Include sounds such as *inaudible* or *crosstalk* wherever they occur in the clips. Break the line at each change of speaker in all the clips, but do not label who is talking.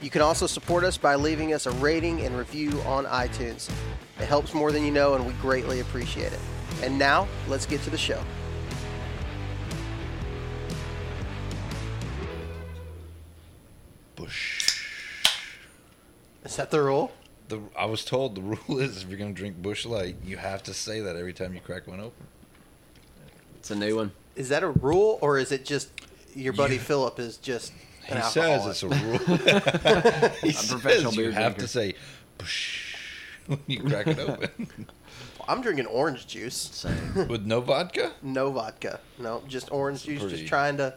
You can also support us by leaving us a rating and review on iTunes. It helps more than you know, and we greatly appreciate it. And now, let's get to the show.
Bush.
Is that the rule?
The, I was told the *laughs* rule is if you're going to drink Bush Light, you have to say that every time you crack one open.
It's a new one.
Is that a rule, or is it just your buddy Philip is just
He
an
says
alcoholic?
it's a
*laughs*
rule. *laughs* he
I'm a professional
says you
beer
have
drinker.
to say Bush *laughs* when you crack
*laughs*
it open.
I'm drinking orange juice,
Same.
With no vodka?
no vodka, no, just orange juice.
pretty-
Just trying to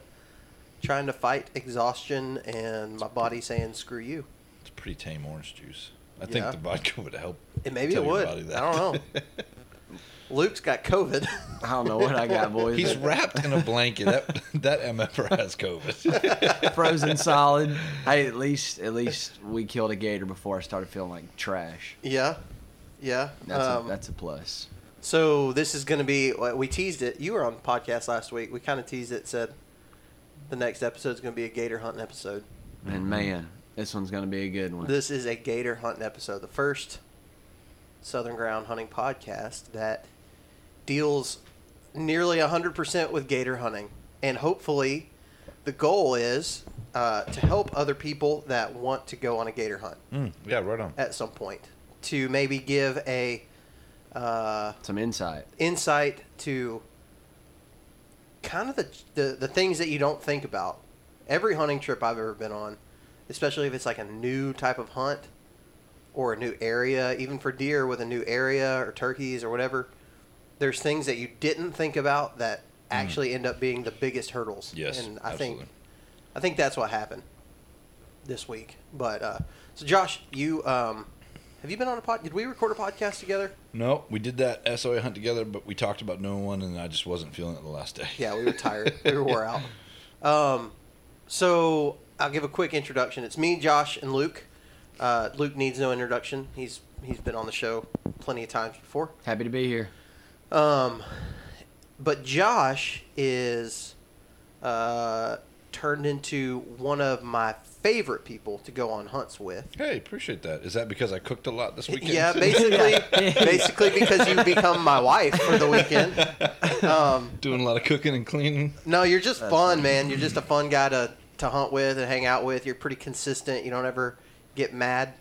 trying to fight exhaustion and my body saying screw you.
It's pretty tame orange juice. I
Yeah.
think the vodka would help.
And maybe
tell
it
your
would.
body that.
I don't
*laughs*
know. Luke's got COVID.
I don't know what I got, boys.
He's wrapped in a blanket. That, *laughs* that MFR has
*laughs*
COVID. *laughs*
frozen solid. Hey, at least at least we killed a gator before I started feeling like trash.
*laughs* yeah, yeah.
That's
um,
a, that's a plus.
So this is going to be. We teased it. You were on the podcast last week. We kind of teased it. Said the next episode is going to be a gator hunting episode.
mm-hmm.
And man, this one's gonna be a good one.
This is a gator hunting episode. The first Southern Ground Hunting podcast that deals nearly hundred percent with gator hunting, and hopefully, the goal is uh, to help other people that want to go on a gator hunt
Mm, yeah, right on.
at some point to maybe give a. Uh,
Some insight.
insight to kind of the, the the things that you don't think about. Every hunting trip I've ever been on, especially if it's like a new type of hunt or a new area, even for deer with a new area or turkeys or whatever, there's things that you didn't think about that actually end up being the biggest hurdles.
Hmm. Yes,
and I
absolutely.
think I think that's what happened this week. But uh, so Josh, you um, have you been on a pod? Did we record a podcast together?
No, we did that SOA hunt together, but we talked about no one, and I just wasn't feeling it the last day.
Yeah, we were tired. we were wore out. Um, so I'll give a quick introduction. It's me, Josh, and Luke. Uh, Luke needs no introduction. He's he's been on the show plenty of times before.
Happy to be here.
Um, but Josh is uh, turned into one of my favorite people to go on hunts with.
Hey, appreciate that. Is that because I cooked a lot this weekend? *laughs*
Yeah, basically, basically because you become my wife for the weekend. Um,
Doing a lot of cooking and cleaning.
No, you're just
That's Mm-hmm.
fun, man. You're just a fun guy to, to hunt with and hang out with. You're pretty consistent. You don't ever get mad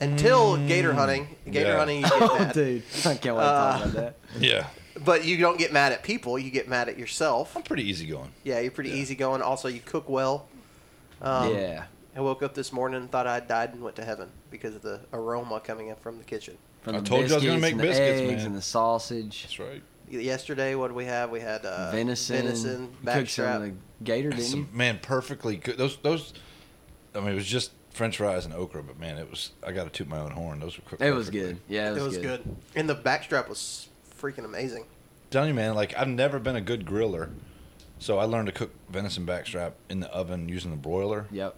until
Mm.
gator hunting. Gator
*laughs* Yeah.
*laughs*
hunting, you get
Oh,
mad.
dude, I can't wait to
Uh,
talk about that.
Yeah.
But you don't get mad at people. You get mad at yourself.
I'm pretty easygoing.
Yeah, you're pretty
Yeah.
easygoing. Also, you cook well. Um,
yeah,
I woke up this morning and thought I had died and went to heaven because of the aroma coming up from the kitchen.
from
I
the
told you I was
biscuits
gonna make
and
biscuits,
the eggs
man.
and the sausage,
That's right.
Yesterday, what did we have? We had uh,
venison,
venison,
You cooked some of
backstrap.
the gator, didn't
Some-
you?
man, perfectly good. Those, those. I mean, it was just French fries and okra, but man, it was. I got to toot my own horn. Those were cooked.
It was
perfectly.
good. Yeah, it was, good.
And the backstrap was freaking amazing.
Telling you, man, like I've never been a good griller, so I learned to cook venison backstrap in the oven using the broiler.
Yep.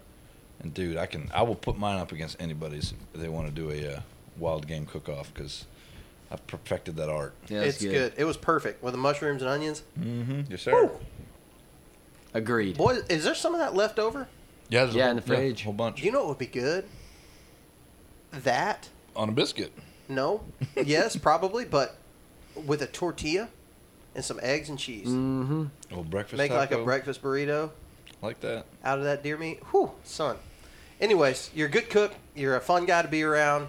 And dude, I can. I will put mine up against anybody's if they want to do a uh, wild game cook off because I perfected that art.
Yeah, it was
it's good. It was perfect with the mushrooms and onions.
Mm-hmm. Yes, sir.
Woo!
Agreed.
Boy, is there some of that left over?
Yeah, there's a
Yeah,
whole,
in the fridge.
whole bunch
Do you know what would be good? That?
on a biscuit.
No. yes, probably, but with a tortilla and some eggs and cheese.
Mm-hmm.
A little breakfast
Make like a
taco.
breakfast burrito
like that.
out of that deer meat. Whew, son. Anyways, you're a good cook. You're a fun guy to be around.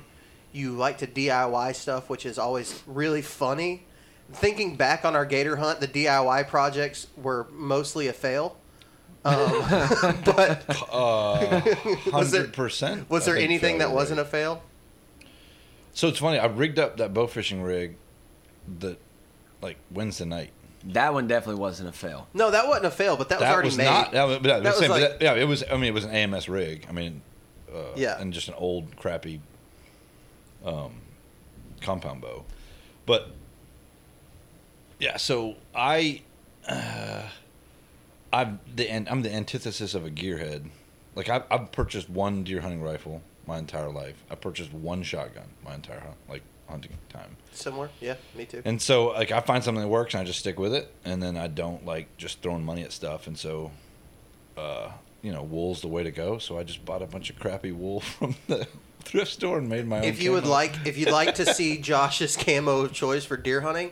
You like to DIY stuff, which is always really funny. Thinking back on our gator hunt, the DIY projects were mostly a fail. Um, but *laughs*
*laughs*
Was there-
Hundred percent.
was there anything that wasn't a fail?
So it's funny. I rigged up that bow fishing rig, that like Wednesday night.
That one definitely wasn't a fail.
No, that wasn't a fail, but that was already made.
not. That was, but that
That
was same,
was
but
like-
that- yeah, it was. I mean, it was an AMS rig. I mean, uh,
Yeah.
and just an old crappy um, compound bow. But yeah, so I, uh, I'm the an- I'm the antithesis of a gearhead. Like I've, I've purchased one deer hunting rifle my entire life. I purchased one shotgun my entire hun- like hunting time.
Somewhere, yeah, me too.
And so like I find something that works and I just stick with it and then I don't like just throwing money at stuff and so uh you know, wool's the way to go. So I just bought a bunch of crappy wool *laughs* from the thrift store and made my own.
if you would
camo.
like if you'd like to see *laughs* Josh's camo of choice for deer hunting,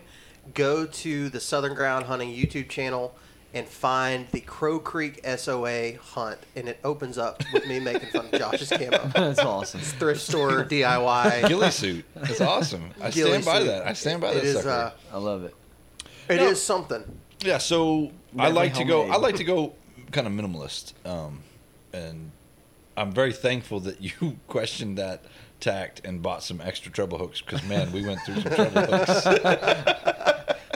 go to the Southern Ground Hunting YouTube channel and find the Crow Creek SOA hunt and it opens up with me making fun of Josh's
*laughs*
camo.
That's awesome.
Thrift store DIY.
*laughs* ghillie suit. That's awesome. I
Ghillie
stand by
suit.
that. I stand by
It
that
is,
sucker.
uh,
I love it.
It is
No.
something.
yeah, so I
Definitely
like to go
homemade.
I like to go kind of minimalist. Um and I'm very thankful that you *laughs* questioned that tact and bought some extra treble hooks because man, we went through some treble hooks.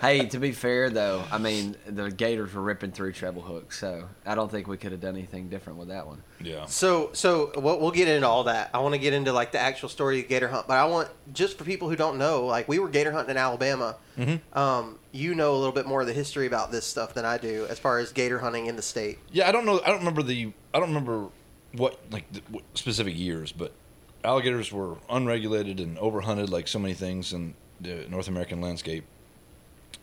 Hey, to be fair though, I mean the Gators were ripping through treble hooks, so I don't think we could have done anything different with that one.
Yeah.
So, so we'll, we'll get into all that. I want to get into like the actual story of gator hunt, but I want just for people who don't know, like we were gator hunting in Alabama. Um, you know a little bit more of the history about this stuff than I do, as far as gator hunting in the state.
Yeah, I don't know. I don't remember the. I don't remember what like the, what specific years, but alligators were unregulated and overhunted like so many things in the North American landscape.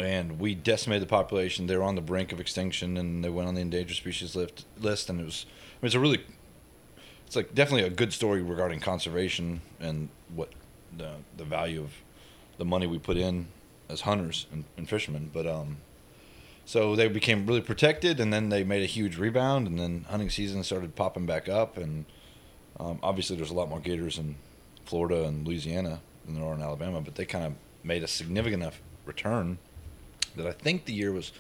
And we decimated the population. They were on the brink of extinction, and they went on the endangered species list. List, and it was. I mean, it's a really. It's like definitely a good story regarding conservation and what the the value of the money we put in as hunters and, and fishermen, but um. So they became really protected, and then they made a huge rebound, and then hunting season started popping back up, and um, obviously there's a lot more gators in Florida and Louisiana than there are in Alabama, but they kind of made a significant enough return that I think the year was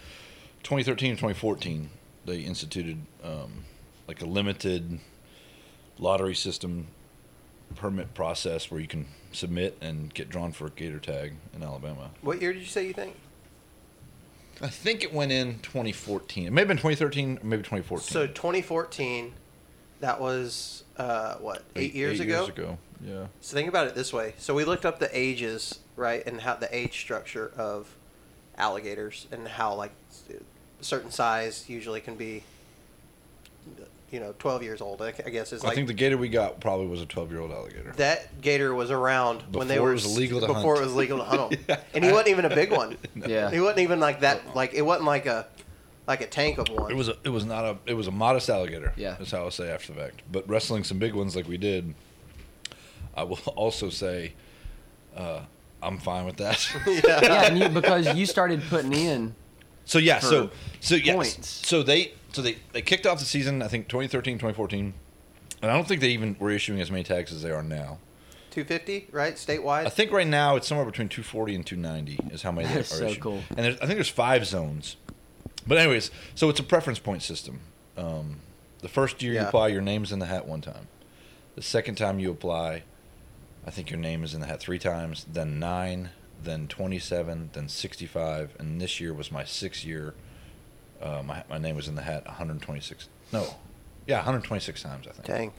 2013 or 2014. They instituted um, like a limited lottery system permit process where you can submit and get drawn for a gator tag in Alabama.
What year did you say you think?
I think it went in 2014. It may have been 2013 or maybe 2014.
So 2014, that was uh, what eight, years ago.
Years ago. Yeah.
So think about it this way. So we looked up the ages, right, and how the age structure of alligators and how like a certain size usually can be, you know, 12 years old. I I guess is like
I think the gator we got probably was a 12 year old alligator.
that gator was around when they
Before
were
it was
s-
legal to
before
hunt.
it was legal to hunt 'em.
*laughs* Yeah. Uh-uh.
and he wasn't even a big
*laughs*
one.
Yeah.
he wasn't even like that. Like it wasn't like a like a tank of one. *laughs*
it was a, it was not a it was a modest alligator.
Yeah.
That's how I'll say after the fact. But wrestling some big ones like we did, I will *laughs* also say, uh, I'm fine
*laughs*
with that. *laughs*
yeah, and you, because you started putting in
So yeah,
for
so so yes.
points.
So they so they they kicked off the season I think 2013 2014. And I don't think they even were issuing as many tags as they are now.
250, right, statewide.
I think right now it's somewhere between 240 and 290 is how many
That's
there are
so
issued.
cool.
And there's, I think there's five zones. But anyways, so it's a preference point system. Um, the first year you
Yeah.
apply, your name's in the hat one time. The second time you apply, I think your name is in the hat three times, then nine, then 27, then 65, and this year was my sixth year. Uh, my my name was in the hat 126. No, yeah, 126 times I think.
Dang.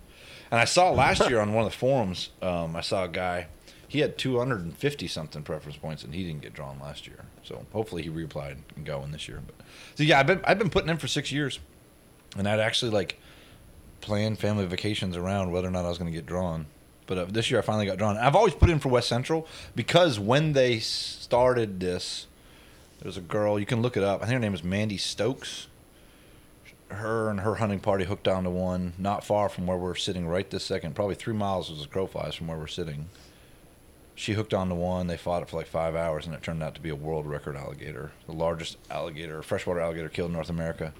And I saw last year on one of the forums, um, I saw a guy. He had 250 something preference points, and he didn't get drawn last year. So hopefully he reapplied and got one this year. But so yeah, I've been I've been putting in for six years, and I'd actually like plan family vacations around whether or not I was going to get drawn. But uh, this year I finally got drawn. I've always put in for West Central because when they started this, there was a girl. You can look it up. I think her name is Mandy Stokes her and her hunting party hooked onto one not far from where we're sitting right this second. Probably three miles was the crow flies from where we're sitting. She hooked onto one. They fought it for like five hours, and it turned out to be a world record alligator, the largest alligator, freshwater alligator killed in North America.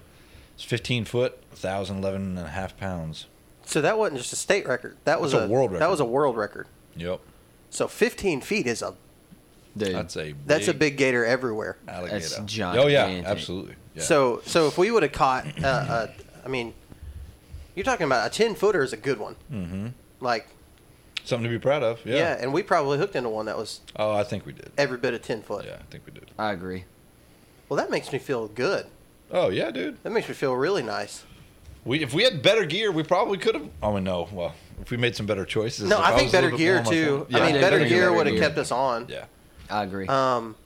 It's 15 foot, 1,011 and a half pounds.
So that wasn't just a state record. That was
That's a world
That
record.
was a world record.
Yep.
So 15 feet is a
Dude,
That's a
that's a big gator everywhere.
alligator.
That's
Oh yeah,
gigantic.
absolutely. Yeah.
So so if we would have caught, uh, uh, I mean, you're talking about a 10 footer is a good one. Mm-hmm. Like
something to be proud of. Yeah.
yeah. and we probably hooked into one that was
Oh, I think we did.
every bit of 10 foot.
Yeah, I think we did.
I agree.
Well, that makes me feel good.
Oh yeah, dude.
That makes me feel really nice.
We if we had better gear, we probably could have. Oh no. Well, if we made some better choices.
No,
if
I think
was a
better
little bit
gear
more on my
too. I
phone- Yeah,
mean,
Yeah,
better
better
gear
gear.
would have kept us on.
Yeah.
I agree.
Um,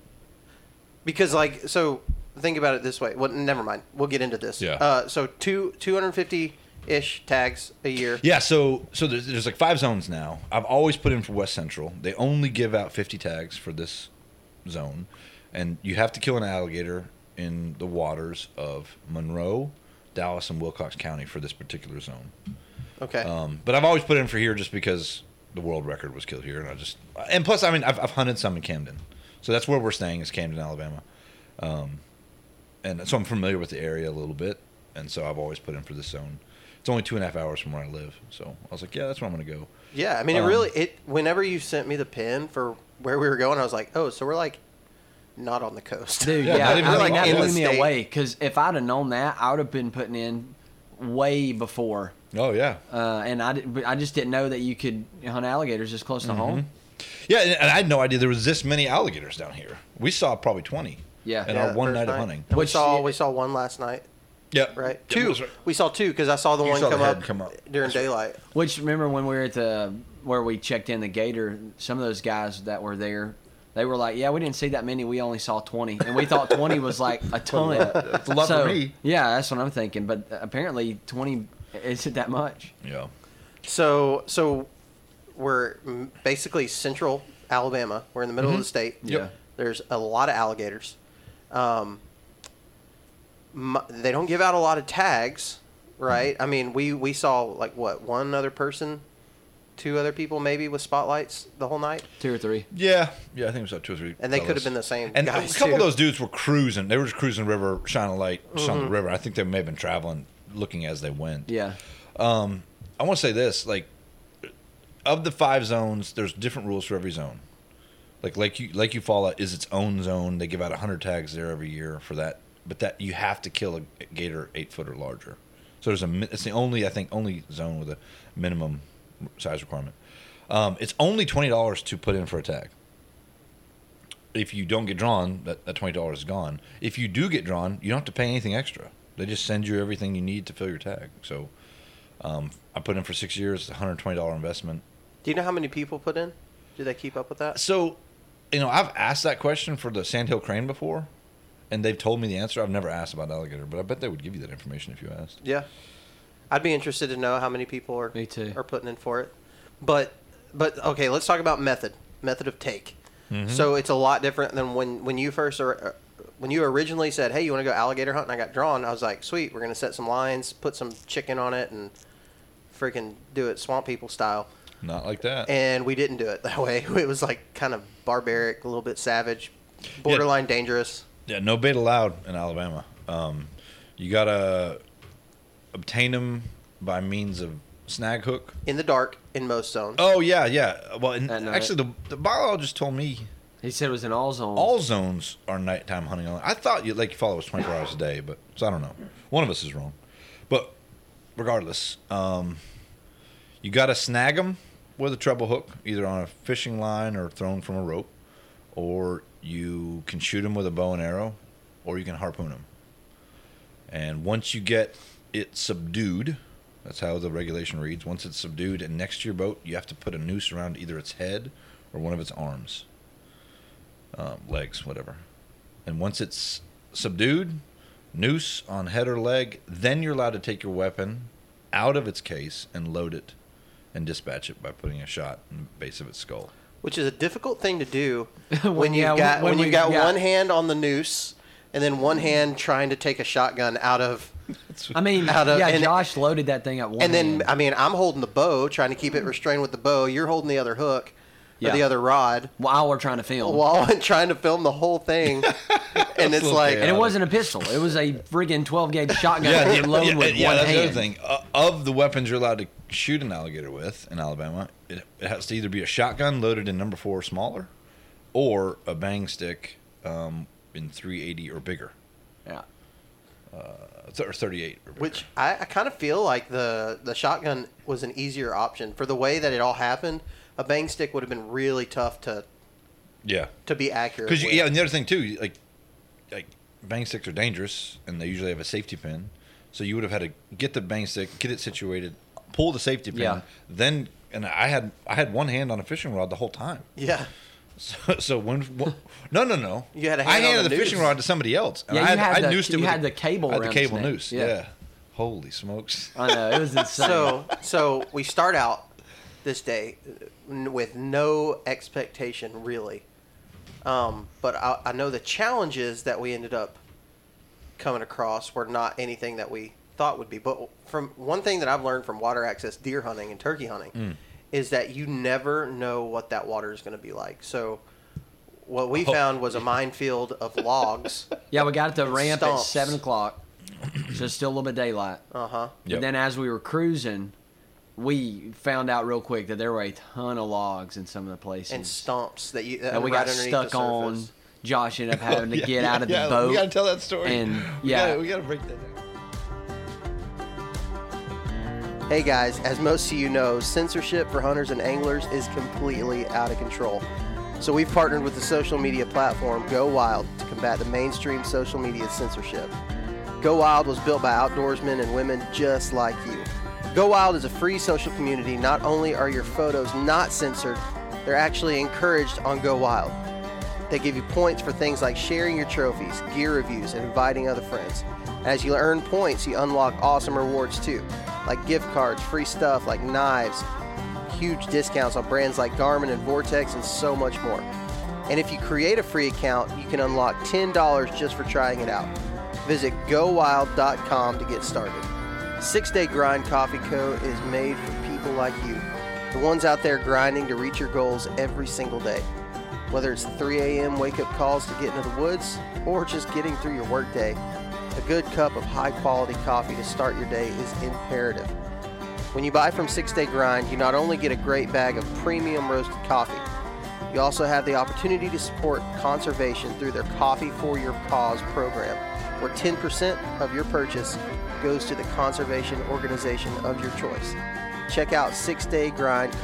because like so, think about it this way. Well, never mind. We'll get into this.
Yeah.
Uh, so two two hundred fifty ish tags a year.
Yeah, so so there's, there's like five zones now. I've always put in for West Central. They only give out 50 tags for this zone, and you have to kill an alligator in the waters of Monroe, Dallas, and Wilcox County for this particular zone.
Okay.
Um, but I've always put in for here just because the world record was killed here, and I just and plus I mean I've, I've hunted some in Camden, so that's where we're staying is Camden, Alabama, um, and so I'm familiar with the area a little bit, and so I've always put in for this zone. It's only two and a half hours from where I live, so I was like, yeah, that's where I'm gonna go.
yeah. I mean, it
um,
really it. Whenever you sent me the pin for where we were going, I was like, oh, so we're like not on the coast. *laughs*
Dude,
Yeah,
yeah,
not even
I
in
mean,
the
that
law.
blew me
State.
away because if I'd have known that, I would have been putting in way before,
Oh yeah,
uh, and I did, I just didn't know that you could hunt alligators this close to home.
yeah, and and I had no idea there was this many alligators down here. We saw probably 20.
Yeah.
in
Yeah,
our one
first
night, of hunting.
And we
Which-
saw we saw one last night,
Yeah,
right?
Yeah,
Two.
that's right.
We saw two because I saw the
You
one
saw the
come,
head
up
come up.
during daylight.
Which remember when we were at the where we checked in the gator, some of those guys that were there, they were like, "Yeah, we didn't see that many. We only saw 20." And we thought 20 was like a ton.
That's a lot
so,
for me.
Yeah, that's what I'm thinking, but uh, apparently 20 isn't that much.
Yeah.
So so we're m- basically central Alabama. We're in the middle of the state.
Mm-hmm. Yep. Yeah.
There's a lot of alligators. Um, m they don't give out a lot of tags, right? I mean, we we saw like what one other person, two other people maybe with spotlights the whole night.
2 or 3.
Yeah, yeah, I think it was like two or three.
And they could
fellas.
have been the same
And
guys,
a couple of
too.
those dudes were cruising. They were just cruising the river, shining a light, shining
Mm-hmm.
the river. I think they may have been traveling, looking as they went.
Yeah.
I want to say this: like, of the five zones, there's different rules for every zone. Like Lake U- Lake Eufaula is its own zone. They give out hundred tags there every year for that. But that you have to kill a gator eight foot or larger. So there's a. mi- It's the only I think only zone with a minimum size requirement. Um, it's only twenty dollars to put in for a tag. If you don't get drawn, that, that twenty dollars is gone. If you do get drawn, you don't have to pay anything extra. They just send you everything you need to fill your tag. So um, I put in for six years, one hundred twenty dollar investment.
Do you know how many people put in? Do they keep up with that?
So, you know, I've asked that question for the sandhill crane before, and they've told me the answer. I've never asked about alligator, but I bet they would give you that information if you asked.
Yeah, I'd be interested to know how many people are
Me too.
are putting in for it. But but okay, let's talk about method method of take. So it's a lot different than when when you first or uh, when you originally said, "Hey, you want to go alligator hunting?" I got drawn. I was like, "Sweet, we're gonna set some lines, put some chicken on it, and freaking do it swamp people style."
Not like that.
And we didn't do it *laughs* that way. It was like kind of barbaric, a little bit savage, borderline dangerous.
Yeah, no bait allowed in Alabama. Um, you gotta obtain them by means of snag hook.
In the dark, in most zones.
Oh yeah, yeah. Well, and
At night.
actually, the, the biologist told me
He said it was an all zone.
all zones are nighttime hunting. only. I thought you like you follow was 24 hours a day, but so I don't know. One of us is wrong, but regardless, um, you got to snag them with a treble hook, either on a fishing line or thrown from a rope, or you can shoot them with a bow and arrow, or you can harpoon them. And once you get it subdued, that's how the regulation reads. Once it's subdued and next to your boat, you have to put a noose around either its head or one of its arms um, legs, whatever. And once it's subdued, noose on head or leg, then you're allowed to take your weapon out of its case and load it and dispatch it by putting a shot in the base of its skull.
which is a difficult thing to do when,
*laughs* When-
you've
yeah,
got when,
when
you've
we've
got
got-
one hand on the noose and then one hand trying to take a shotgun out of
*laughs*
I mean,
Out of-
yeah,
and-
Josh loaded that thing at one
and then
hand.
I mean I'm holding the bow trying to keep it restrained with the bow you're holding the other hook or
Yeah.
the other rod
while we're trying to film.
while *laughs* I'm trying to film the whole
*laughs*
thing and it's
little
like
and it
chaotic.
wasn't a pistol. It was a friggin' 12 gauge shotgun that you
yeah,
load with
yeah,
one
that's the
hand.
other thing. Uh, of the weapons you're allowed to shoot an alligator with in Alabama, it, it has to either be a shotgun loaded in number four or smaller, or a bang stick um, in 380 or bigger,
Yeah.
uh, th- or 38 or bigger.
Which I, I kind of feel like the the shotgun was an easier option for the way that it all happened. A bang stick would have been really tough to
yeah,
to be accurate.
because
with.
yeah, and the other thing too, like like bang sticks are dangerous, and they usually have a safety pin, so you would have had to get the bang stick, get it situated, pull the safety pin,
Yeah.
then. And I had I had one hand on a fishing rod the whole time. *laughs*
yeah,
So, so when, wha- no, no, no.
You had a hand
I
on
handed
the
the, fishing
noose.
rod to somebody else. and
Yeah,
I
you
had,
had
I
the-
noosed it
you
with
had
a-
the cable
I had the
around his
cable
neck.
noose.
Yeah.
Yeah. Holy smokes.
I know *laughs* it was insane.
So so we start out this day n- with no expectation really, um, but I, I know the challenges that we ended up coming across were not anything that we thought would be. But from one thing that I've learned from water access deer hunting and turkey hunting
Mm.
is that you never know what that water is going to be like. So what
Oh.
we found was a minefield of logs.
*laughs* yeah, we got at the ramp
Stumps.
at seven o'clock, so it's still a little bit of daylight.
Uh huh.
Yep.
And then as we were cruising, we found out real quick that there were a ton of logs in some of the places,
And stumps that you that
and we
right
got
underneath
stuck
the
on.
surface.
Josh ended up having
*laughs*
to
Yeah,
get
yeah,
out of the
yeah,
boat.
We got to tell that story.
and-
we
yeah.
gotta, we got to break that. down.
Hey guys, as most of you know, censorship for hunters and anglers is completely out of control. So we've partnered with the social media platform Go Wild to combat the mainstream social media censorship. Go Wild was built by outdoorsmen and women just like you. Go Wild is a free social community. Not only are your photos not censored, they're actually encouraged on Go Wild. They give you points for things like sharing your trophies, gear reviews, and inviting other friends. As you earn points, you unlock awesome rewards too, like gift cards, free stuff like knives, huge discounts on brands like Garmin and Vortex, and so much more. And if you create a free account, you can unlock $10 just for trying it out. Visit gowild.com to get started. Six Day Grind Coffee Co. is made for people like you, the ones out there grinding to reach your goals every single day. Whether it's the 3 a.m. wake up calls to get into the woods or just getting through your workday, a good cup of high quality coffee to start your day is imperative. When you buy from Six Day Grind, you not only get a great bag of premium roasted coffee, you also have the opportunity to support conservation through their Coffee for Your Cause program, where 10% of your purchase goes to the conservation organization of your choice. Check out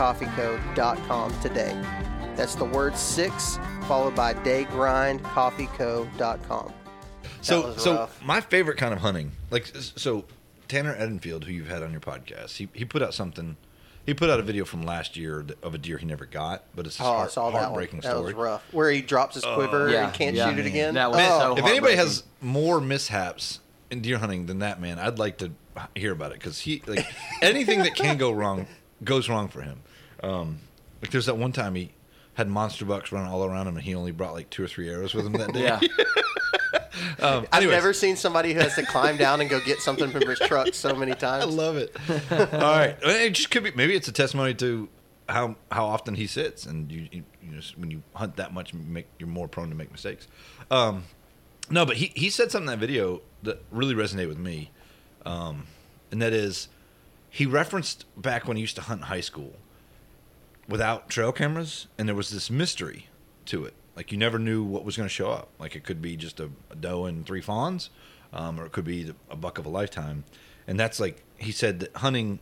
6daygrindcoffeeco.com today. That's the word 6 followed by daygrindcoffeeco.com.
So,
was
so
rough.
my favorite kind of hunting, like s- so, Tanner Edenfield, who you've had on your podcast, he he put out something. He put out a video from last year th- of a deer he never got, but it's this
Oh, I
heart-
saw that one.
heartbreaking
That was
story.
rough. Where he drops his quiver
yeah,
and can't
Oh, yeah.
shoot it again.
That was
oh,
so
if anybody has more mishaps in deer hunting than that man, I'd like to hear about it because he
*laughs*
like anything that can go wrong goes wrong for him. Um, like there's that one time he had monster bucks running all around him and he only brought like two or three arrows with him that day.
yeah,
*laughs* um,
I've
anyways,
never seen somebody who has to climb down and go get something from his truck so
*laughs*
many
I
times.
love it. *laughs* all right, it just could be maybe it's a testimony to how how often he sits and you you, you just, when you hunt that much, you make you're more prone to make mistakes. Um, no, but he he said something in that video that really resonated with me. Um, and that is he referenced back when he used to hunt in high school without trail cameras and there was this mystery to it like you never knew what was going to show up like it could be just a, a doe and three fawns um, or it could be the- a buck of a lifetime and that's like he said that hunting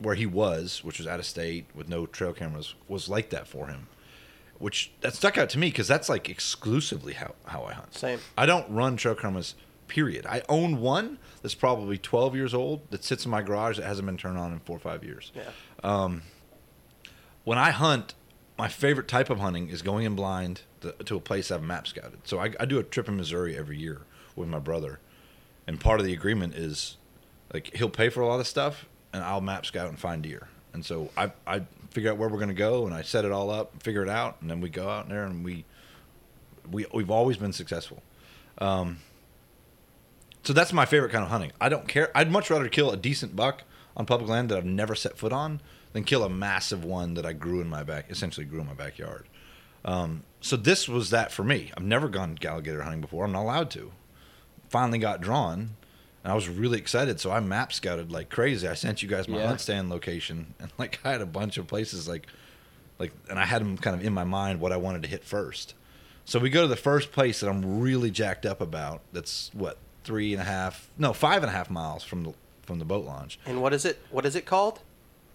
where he was which was out of state with no trail cameras was like that for him which that stuck out to me because that's like exclusively how, how I hunt.
Same.
I don't run trail cameras. Period. I own one that's probably 12 years old that sits in my garage that hasn't been turned on in four or five years.
Yeah.
When I hunt, my favorite type of hunting is going in blind to, to a place I've map scouted. So I, I do a trip in Missouri every year with my brother, and part of the agreement is like he'll pay for a lot of stuff and I'll map scout and find deer. And so I I figure out where we're gonna go and I set it all up, and figure it out, and then we go out there and we we we've always been successful. So that's my favorite kind of hunting. I don't care. I'd much rather kill a decent buck on public land that I've never set foot on than kill a massive one that I grew in my back, essentially grew in my backyard. Um, so this was that for me. I've never gone alligator hunting before. I'm not allowed to. Finally got drawn, And I was really excited, so I map scouted like crazy. I sent you guys my
Yeah.
hunt stand location, *laughs* and like I had a bunch of places like, like, and I had them kind of in my mind what I wanted to hit first. So we go to the first place that I'm really jacked up about. That's what three and a half, no, five and a half miles from the from the boat launch. *laughs*
And what is it? What is it called?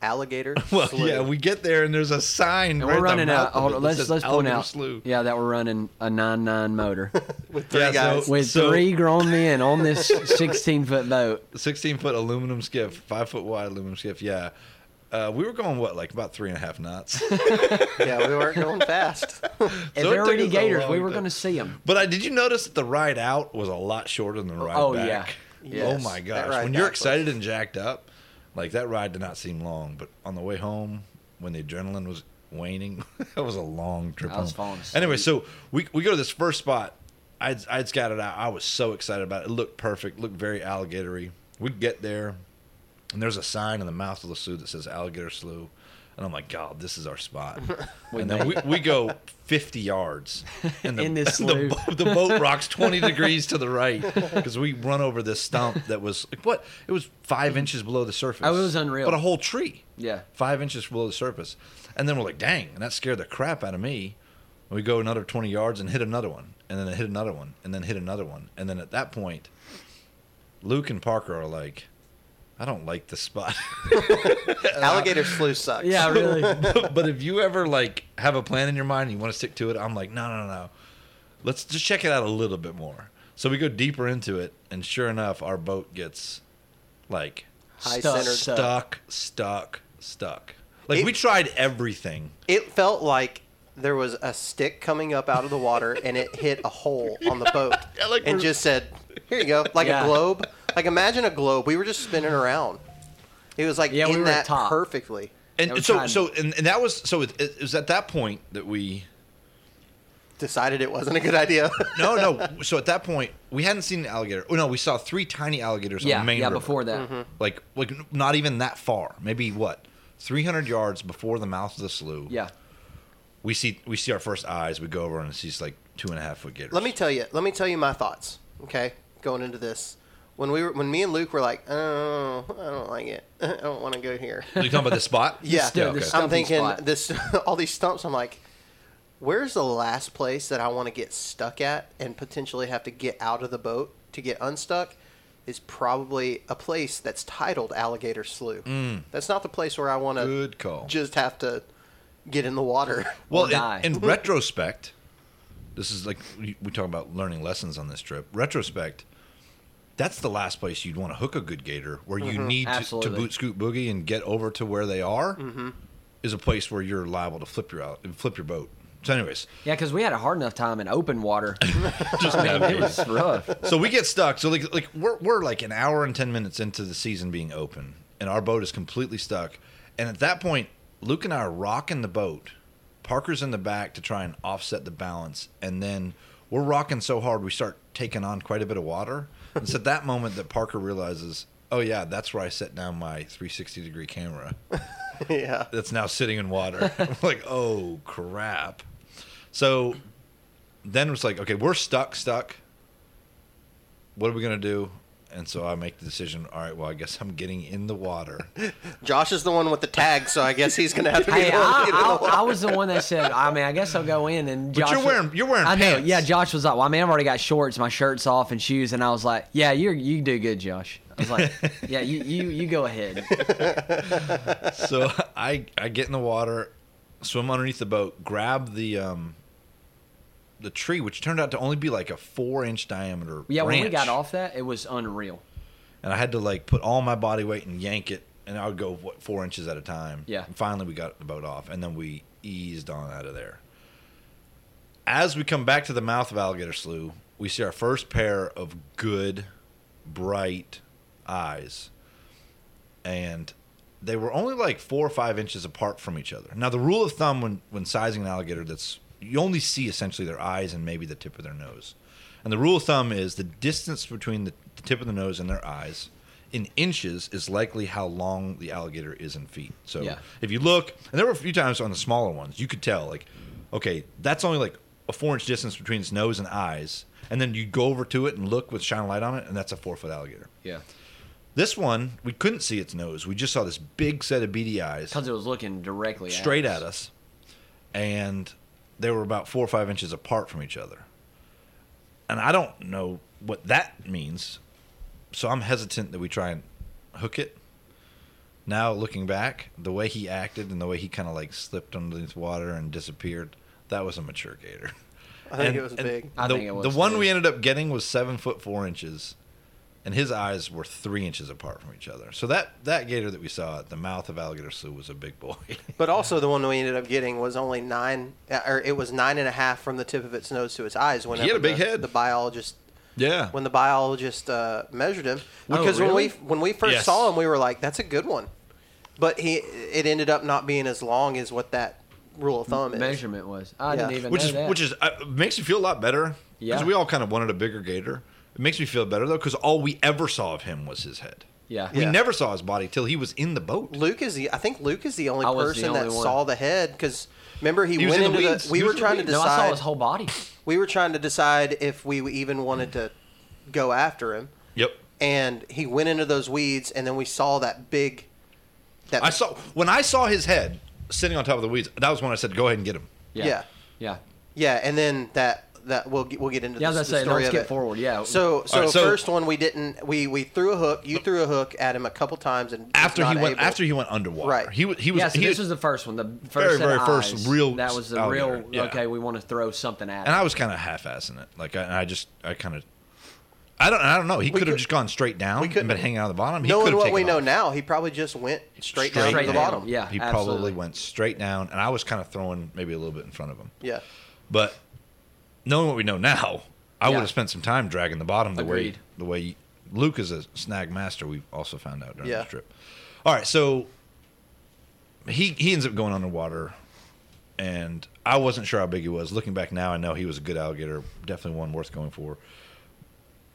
Alligator.
Well,
Slough.
yeah, we get there and there's a sign.
And
right
we're
at the
running
mouth
out.
of
Hold
it
on,
that
let's
says
let's point
Alligator
out.
Slough.
Yeah, that we're running a nine
*laughs*
nine motor
with three
yeah, so- *laughs*
guys.
with
So-
three grown men on this sixteen
*laughs*
foot boat.
16 foot aluminum skiff, five foot wide aluminum skiff. Yeah. Uh, we were going what, like about three and a half
*laughs*
knots.
yeah, we weren't going fast.
*laughs*
If
So it
there were
took
any
us a
gators,
long
we were
time.
going to see them.
but I did you notice that the ride out was a lot shorter than the ride
oh,
back?
yeah.
Oh
Yes,
my
that
gosh.
ride
When you're
back was-
excited and jacked up, like that ride did not seem long, but on the way home when the adrenaline was waning, *laughs* that was a long trip.
I was
home.
falling asleep.
Anyway, so we we go to this first spot. I'd I'd scouted out. I was so excited about it. It looked perfect. Looked very alligatory. We get there, and there's a sign in the mouth of the slough that says Alligator Slough, and I'm like, God, this is our
*laughs*
spot. and then we, we go 50 yards, and the,
In
*laughs* the,
this slough.
bo- the
*laughs*
boat rocks 20 degrees to the right because we run over this stump that was like, what? It was five inches below the surface.
Oh, it was unreal.
But a whole tree.
Yeah.
Five inches below the surface. And then we're like, dang, and that scared the crap out of me. We go another 20 yards and hit another one, and then hit another one, and then hit another one. And then at that point, Luke and Parker are like, I don't like this spot. *laughs*
Alligator Slough sucks.
Yeah, really.
but if you ever like have a plan in your mind and you want to stick to it, I'm like, no, no, no, no. Let's just check it out a little bit more. So we go deeper into it, and sure enough, our boat gets like
High
Stuck.
centered.
Stuck.
stuck, stuck, stuck. Like
It-
we tried everything.
It felt like there was a stick coming up out of the water and it hit a hole on the boat
*laughs* Yeah, like
and
we're-
just said, "Here you go," like
Yeah.
a globe. Like imagine a globe. We were just spinning around. It was like
Yeah, we
in
were
that
top.
perfectly.
And,
Yeah, we
and so,
tried.
so, and, and that was so. It, it was at that point that we
Decided it wasn't a good idea. *laughs*
no, no. *laughs* So at that point, we hadn't seen an alligator. Oh no, we saw three tiny alligators on
yeah,
the main
yeah.
river.
Before
Mm-hmm.
that,
like like n- not even that far. Maybe what, three hundred yards before the mouth of the slough.
yeah.
we see we see our first eyes. We go over and it's like two and a half foot gators.
let me tell you. Let me tell you my thoughts. Okay, going into this, when we were, when me and Luke were like, "Oh, I don't like it. *laughs* I don't want to go here."
*laughs*
You talking about the spot?
Yeah,
stu- the
I'm
stumping
thinking
spot.
this. *laughs* All these stumps. I'm like, where's the last place that I want to get stuck at and potentially have to get out of the boat to get unstuck? Is probably a place that's titled Alligator Slough.
Mm.
That's not the place where I want to
Good call.
just have to get in the
*laughs*
water. *laughs*
well,
Or die. Mm-hmm.
in, in retrospect, this is like we we talk about learning lessons on this trip. Retrospect, that's the last place you'd want to hook a good gator, where you need to, to
Mm-hmm. Absolutely. Mm-hmm.
boot scoot boogie and get over to where they are. Is a place where you're liable to flip your out flip your boat. So,
*laughs*
anyways,
Yeah, because we had a hard enough time in open *laughs* water.
just
it
navigate.
was rough.
*laughs* so we get stuck. So like like we're we're like an hour and ten minutes into the season being open, and our boat is completely stuck. And at that point, Luke and I are rocking the boat. Parker's in the back to try and offset the balance, and then we're rocking so hard we start taking on quite a bit of water. It's at that moment that Parker realizes, oh yeah, that's where I set down my 360 degree camera
yeah.
that's now sitting in
*laughs*
water. I'm like, oh crap. So then it was like, okay, we're stuck, stuck. What are we gonna do? And so I make the decision. All right, well, I guess I'm getting in the
*laughs*
water.
Josh is the one with the tag, so I guess he's gonna have to be
*laughs* Hey,
the one to get in the
I,
water.
I, I was the one that said, I mean, I guess I'll go in. And
But
Josh,
you're wearing- you're wearing
I know.
pants.
Yeah, Josh was like, well, I mean, I've already got shorts, my shirt's off, and shoes. And I was like, yeah, you are you do good, Josh. I
*laughs*
was like, yeah, you, you, you go ahead.
So I I get in the water, swim underneath the boat, grab the um the tree, which turned out to only be like a four inch diameter.
Yeah, when we
branch.
got off that, it was unreal.
and I had to like put all my body weight and yank it, and I would go what four inches at a time.
Yeah.
And finally, we got the boat off, and then we eased on out of there. As we come back to the mouth of Alligator Slough, we see our first pair of good, bright eyes, and they were only like four or five inches apart from each other. Now, the rule of thumb when when sizing an alligator, that's you only see essentially their eyes and maybe the tip of their nose. And the rule of thumb is the distance between the, the tip of the nose and their eyes in inches is likely how long the alligator is in feet. So
Yeah.
if you look, and there were a few times on the smaller ones, you could tell like, okay, that's only like a four inch distance between its nose and eyes, and then you go over to it and look with shine a light on it, and that's a four foot alligator.
Yeah.
This one, we couldn't see its nose. We just saw this big set of beady eyes
Because it was looking directly
straight at us, and they were about four or five inches apart from each other. And I don't know what that means, so I'm hesitant that we try and hook it. Now looking back, the way he acted and the way he kind of like slipped underneath water and disappeared, that was a mature gator.
*laughs* I think
And-
it was
and
big.
I
the,
think it
the
was,
one
too.
we ended up getting was seven foot four inches, and his eyes were three inches apart from each other. So that that gator that we saw at the mouth of Alligator Slough was a big boy. *laughs*
But also the one that we ended up getting was only nine, uh, or it was nine and a half from the tip of its nose to its eyes. When
He had a big
the,
head.
The biologist,
yeah.
when the biologist uh, measured him,
Oh,
because
really?
when we when we first
Yes.
saw him, we were like, "That's a good one," but he it ended up not being as long as what that rule of thumb is.
Measurement was. I
Yeah.
didn't even
which
know
is
that.
which is uh, makes me feel a lot better
Yeah.
because we all kind of wanted a bigger gator. It makes me feel better though because all we ever saw of him was his head.
yeah.
We
Yeah.
never saw his body till he was in the boat.
Luke is the I think Luke is the only
I was the
person that
only one.
saw the head because remember he,
He was
went
in the
into
weeds.
the we
He
were
was in the
trying to
weeds.
No, I saw
decide
his whole body.
we were trying to decide if we even wanted to go after him.
Yep.
and he went into those weeds, and then we saw that big. That
I saw when I saw his head sitting on top of the weeds. That was when I said, "Go ahead and get him."
Yeah.
Yeah.
Yeah.
yeah, and then that that we'll get, we'll get into
Yeah, I
the,
was
the
gonna say,
story
don't
of
skip
it.
forward, yeah.
So so,
All right, so-
first one we didn't we we threw a hook. You threw a hook at him a couple times, and was
After he
not
went
able-
after he went underwater.
Right.
He was he was
yeah, so
he,
this was the first one. The first
Very,
set of
very first
eyes.
real
That was the
alligator,
real.
yeah.
Okay, we want to throw something at.
and
it.
I was kind of half-assing it. Like I, and I just I kind of I don't I don't know. He could have
could-
just gone straight down
couldn't-
and been hanging out of the bottom. He could
knowing
have
what
taken
we know
off.
now, he probably just went straight, down
Straight
to the
down.
bottom.
Yeah,
he
absolutely.
probably went straight down, and I was kind of throwing maybe a little bit in front of him.
yeah.
But knowing what we know now, I
Yeah.
would have spent some time dragging the bottom the
Agreed.
way the way Luke is a snag master. We also found out during
Yeah.
the trip. All right, so he he ends up going underwater, and I wasn't sure how big he was. Looking back now, I know he was a good alligator, definitely one worth going for.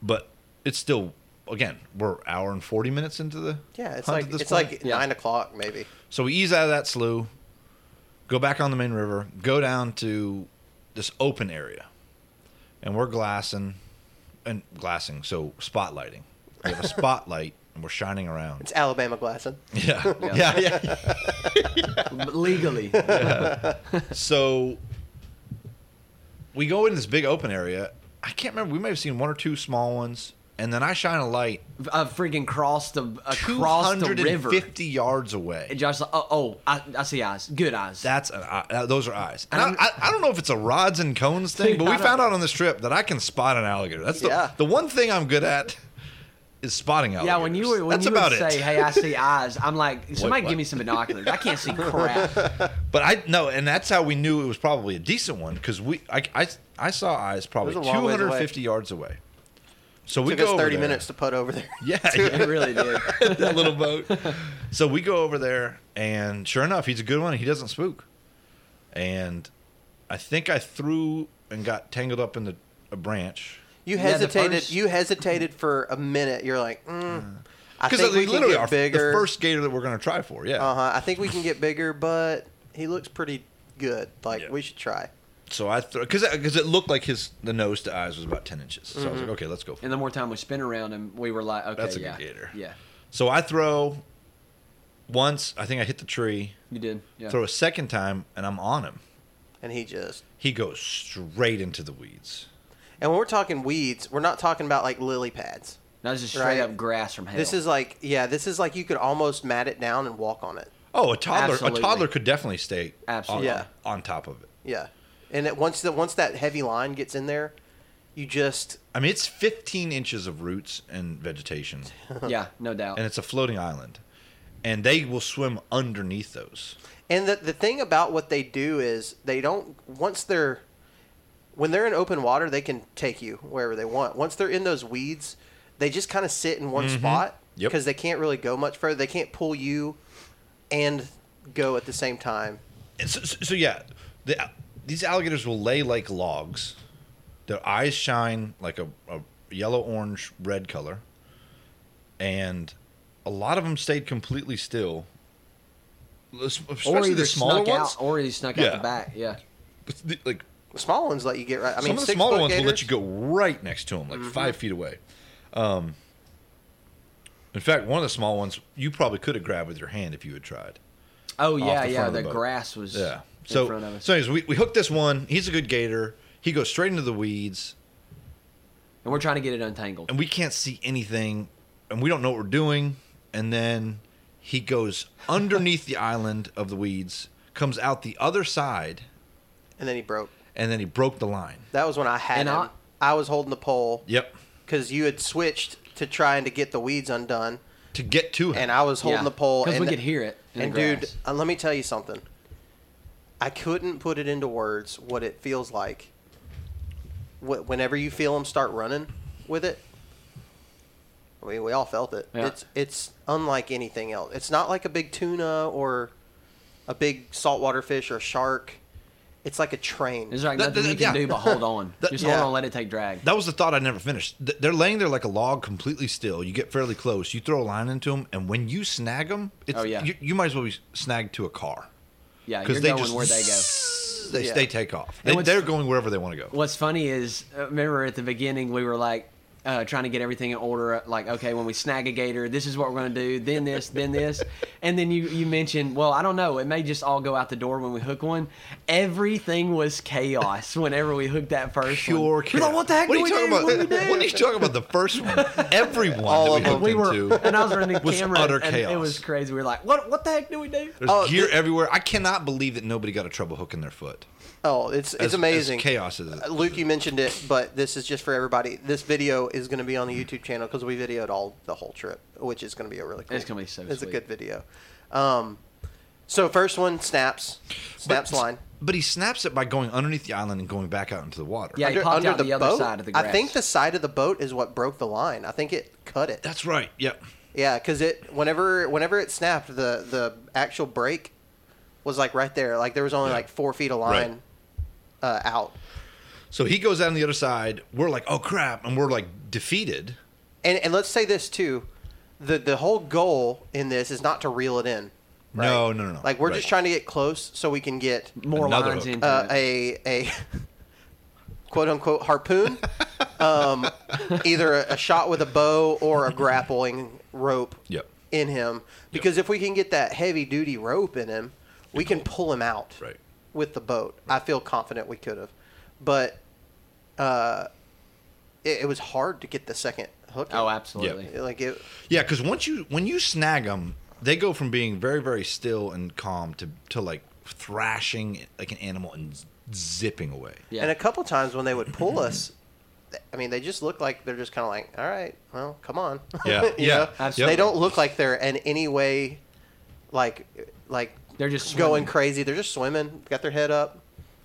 But it's still again we're hour and forty minutes into the
Yeah, it's
hunt
like
at this
it's
point.
like
Yeah.
nine o'clock maybe.
So we ease out of that slough, go back on the main river, go down to this open area, and we're glassing and glassing, so spotlighting. We
*laughs*
have a spotlight and we're shining around.
It's Alabama glassing.
*laughs* Yeah, yeah, yeah. *laughs*
But *laughs* legally.
So we go in this big open area. I can't remember. We may have seen one or two small ones, and then I shine a light
I freaking crossed the across the river.
250 yards away.
And Josh's like, oh, oh I, I see eyes. Good eyes.
That's an eye. that- Those are eyes. And
I'm-
I, I, I don't know if it's a rods and cones thing, but
I
we
don't-
found out on this trip that I can spot an alligator. That's the,
Yeah.
the one thing I'm good at is spotting alligators.
yeah, when you were when
That's
you
about
would
it.
say, "Hey,
*laughs*
I see eyes," I'm like, "Somebody
what?
give me some binoculars. I
*laughs*
can't see crap."
But I no, and that's how we knew it was probably a decent one because we I, I, I saw eyes probably
It was a long ways
250 yards away. So we
Took
go
us
over
thirty
there.
minutes to put over there.
*laughs*
*laughs*
Yeah,
It really did.
yeah, *laughs* that little boat. So we go over there, and sure enough, he's a good one. and He doesn't spook. And I think I threw and got tangled up in the, a branch.
You
Yeah, the
hesitated.
first-
You hesitated for a minute. You're like, mm, I
Because
think we can
literally
get
our, the
bigger.
first gator that we're going to try for, yeah.
Uh huh. I think we can get bigger, but he looks pretty good. Like
Yeah.
we should try.
So I threw because because it looked like his the nose to eyes was about ten inches. So I was like,
Mm-hmm.
okay, let's go. For
And
it.
the more time we spent around him, we were like, "Okay,
That's a good
yeah,
gator.
yeah,
So I throw once. I think I hit the tree.
you did." Yeah.
Throw a second time, and I'm on him.
And he just.
He goes straight into the weeds.
And when we're talking weeds, we're not talking about like lily pads.
That was just straight
Right.
up grass from hell.
This is like, yeah, this is like you could almost mat it down and walk on it.
Oh, a toddler!
Absolutely.
A toddler could definitely stay
Absolutely.
on,
Yeah.
on top of it.
Yeah. And it, once that once that heavy line gets in there, you just
I mean, it's 15 inches of roots and vegetation,
*laughs* yeah, no doubt.
and it's a floating island, and they will swim underneath those.
And the the thing about what they do is they don't once they're when they're in open water they can take you wherever they want. Once they're in those weeds, they just kind of sit in one spot
Mm-hmm. Yep.
because they can't really go much further. They can't pull you and go at the same time.
And So, so, so yeah, the, these alligators will lay like logs. Their eyes shine like a, a yellow, orange, red color, and a lot of them stayed completely still. Especially
or either
the smaller
snuck
ones,
out, or he snuck
Yeah.
out the back. Yeah.
But the- like
The small ones let you get right. I mean,
some of the
six
smaller
foot Mm-hmm.
ones
gators,
will let you go right next to them, like five feet away. Um, in fact, one of the small ones you probably could have grabbed with your hand if you had tried.
Oh yeah,
the front
yeah.
of the
The,
boat.
grass was
Yeah.
in
So,
front of us,
so anyways, we, we hooked this one. He's a good gator. He goes straight into the weeds,
and we're trying to get it untangled.
and we can't see anything, and we don't know what we're doing. And then he goes
*laughs*
underneath the island of the weeds, comes out the other side,
and then he broke.
and then he broke the line.
That was when I had
And
him.
I-
I was holding the pole
Yep.
because you had switched to trying to get the weeds undone,
To get to him.
and I was holding the pole.
because
And
we
the-
could hear it. in the
And dude,
grass.
uh, let me tell you something. I couldn't put it into words what it feels like. Wh- Whenever you feel them start running with it, I mean, we all felt it.
Yeah.
It's it's unlike anything else. It's not like a big tuna or a big saltwater fish or a shark. It's like a train.
there's like
That-
nothing
that-
you can
yeah.
do but
*laughs*
hold on.
That-
Just
yeah.
hold on, let it take drag.
That was the thought I never finished. Th- They're laying there like a log, completely still. You get fairly close. You throw a line into them, and when you snag them, it's,
Oh, yeah.
you, you might as well be snagged to a car
yeah, you're
because they
going
just
where they go.
They,
Yeah.
they take off. They,
what's-
they're going wherever they want to go.
What's funny is uh, remember at the beginning we were like uh, trying to get everything in order. uh, Like okay, when we snag a gator, this is what we're gonna do. Then this,
*laughs*
then this, and then you you mentioned well I don't know it may just all go out the door when we hook one. Everything was chaos whenever we hooked that first
Pure
one. We're like, what the heck
are
do
you
we
talking
do?
about?
What do we
*laughs*
do?
What are you talking about? The first one, everyone
All
that we
of
hooked
we were,
into.
*laughs* and I was running the
*laughs* was
camera,
utter
and it
chaos.
was crazy. We were like, "What? What the heck do we do?"
There's
Oh,
gear
the-
everywhere. I cannot believe that nobody got a trouble hooking their foot.
Oh, it's it's
As- as
amazing.
chaos as it-
Uh, Luke, you mentioned it, but this is just for everybody. This video is going to be on the YouTube channel because we videoed all the whole trip, which is going to be a really cool.
It's gonna be so
It's a
sweet.
good video. Um, so first one snaps, snaps
But-
line.
But he snaps it by going underneath the island and going back out into the water.
Yeah, he popped out the other side of the
I
grass.
think the side of the boat is what broke the line. I think it cut it.
That's right. Yep.
Yeah, because it whenever whenever it snapped, the the actual break was like right there. Like there was only
Yeah.
like four feet of line uh, out.
So he goes out on the other side. We're like, oh crap, and we're like defeated.
And and let's say this too, the the whole goal in this is not to reel it in. right?
No, no, no, no.
Like we're
Right.
just trying to get close so we can get
*laughs* More
Another
lines
hook.
into
uh,
it.
a a *laughs* quote unquote harpoon,
*laughs*
um, either a, a shot with a bow or a grappling rope
Yep.
in him. Because if we can get that heavy duty rope in him, we can pull him out
Right.
with the boat. I feel confident we could have, but uh, it, it was hard to get the second hook. in.
oh, absolutely.
Like it.
Yeah, because once you when you snag them, they go from being very very still and calm to to like thrashing like an animal and z- zipping away.
Yeah.
And a couple times when they would pull us, th- I mean, they just look like they're just kind of like, all right, well, come on.
Yeah,
You
yeah,
know?
absolutely.
They don't look like they're in any way like like
They're just
going
swimming.
crazy. They're just swimming, got their head up,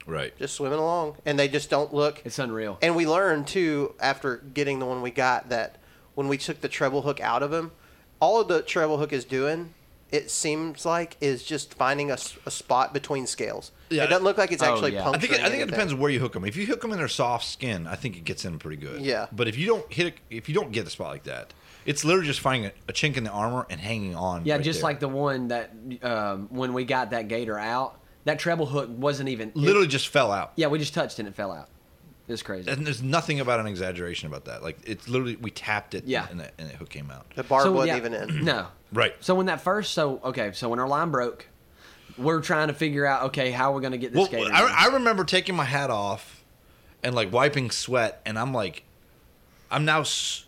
Right.
just swimming along, and they just don't look.
It's unreal.
And we learned too after getting the one we got that when we took the treble hook out of him, all of the treble hook is doing. It seems like is just finding a, s- a spot between scales.
Yeah.
it doesn't look like it's
Oh,
actually
yeah. I
I think
puncturing.
it, I think it
anything.
depends where you hook them. If you hook them in their soft skin, I think it gets in pretty good.
Yeah.
But if you don't hit a, if you don't get a spot like that, it's literally just finding a, a chink in the armor and hanging on.
Yeah,
right
just
there.
like the one that um, when we got that gator out, that treble hook wasn't even it-
literally just fell out.
yeah, we just touched and it fell out. It's crazy.
And there's nothing about an exaggeration about that. Like it's literally we tapped it.
Yeah.
And, it, and it hook came out.
The barb
So,
wasn't
yeah,
even in.
No.
Right.
So when that first, so okay, so when our line broke, we're trying to figure out okay how we're gonna get this
Well,
gator. down.
I, I remember taking my hat off and like wiping sweat, and I'm like, I'm now s-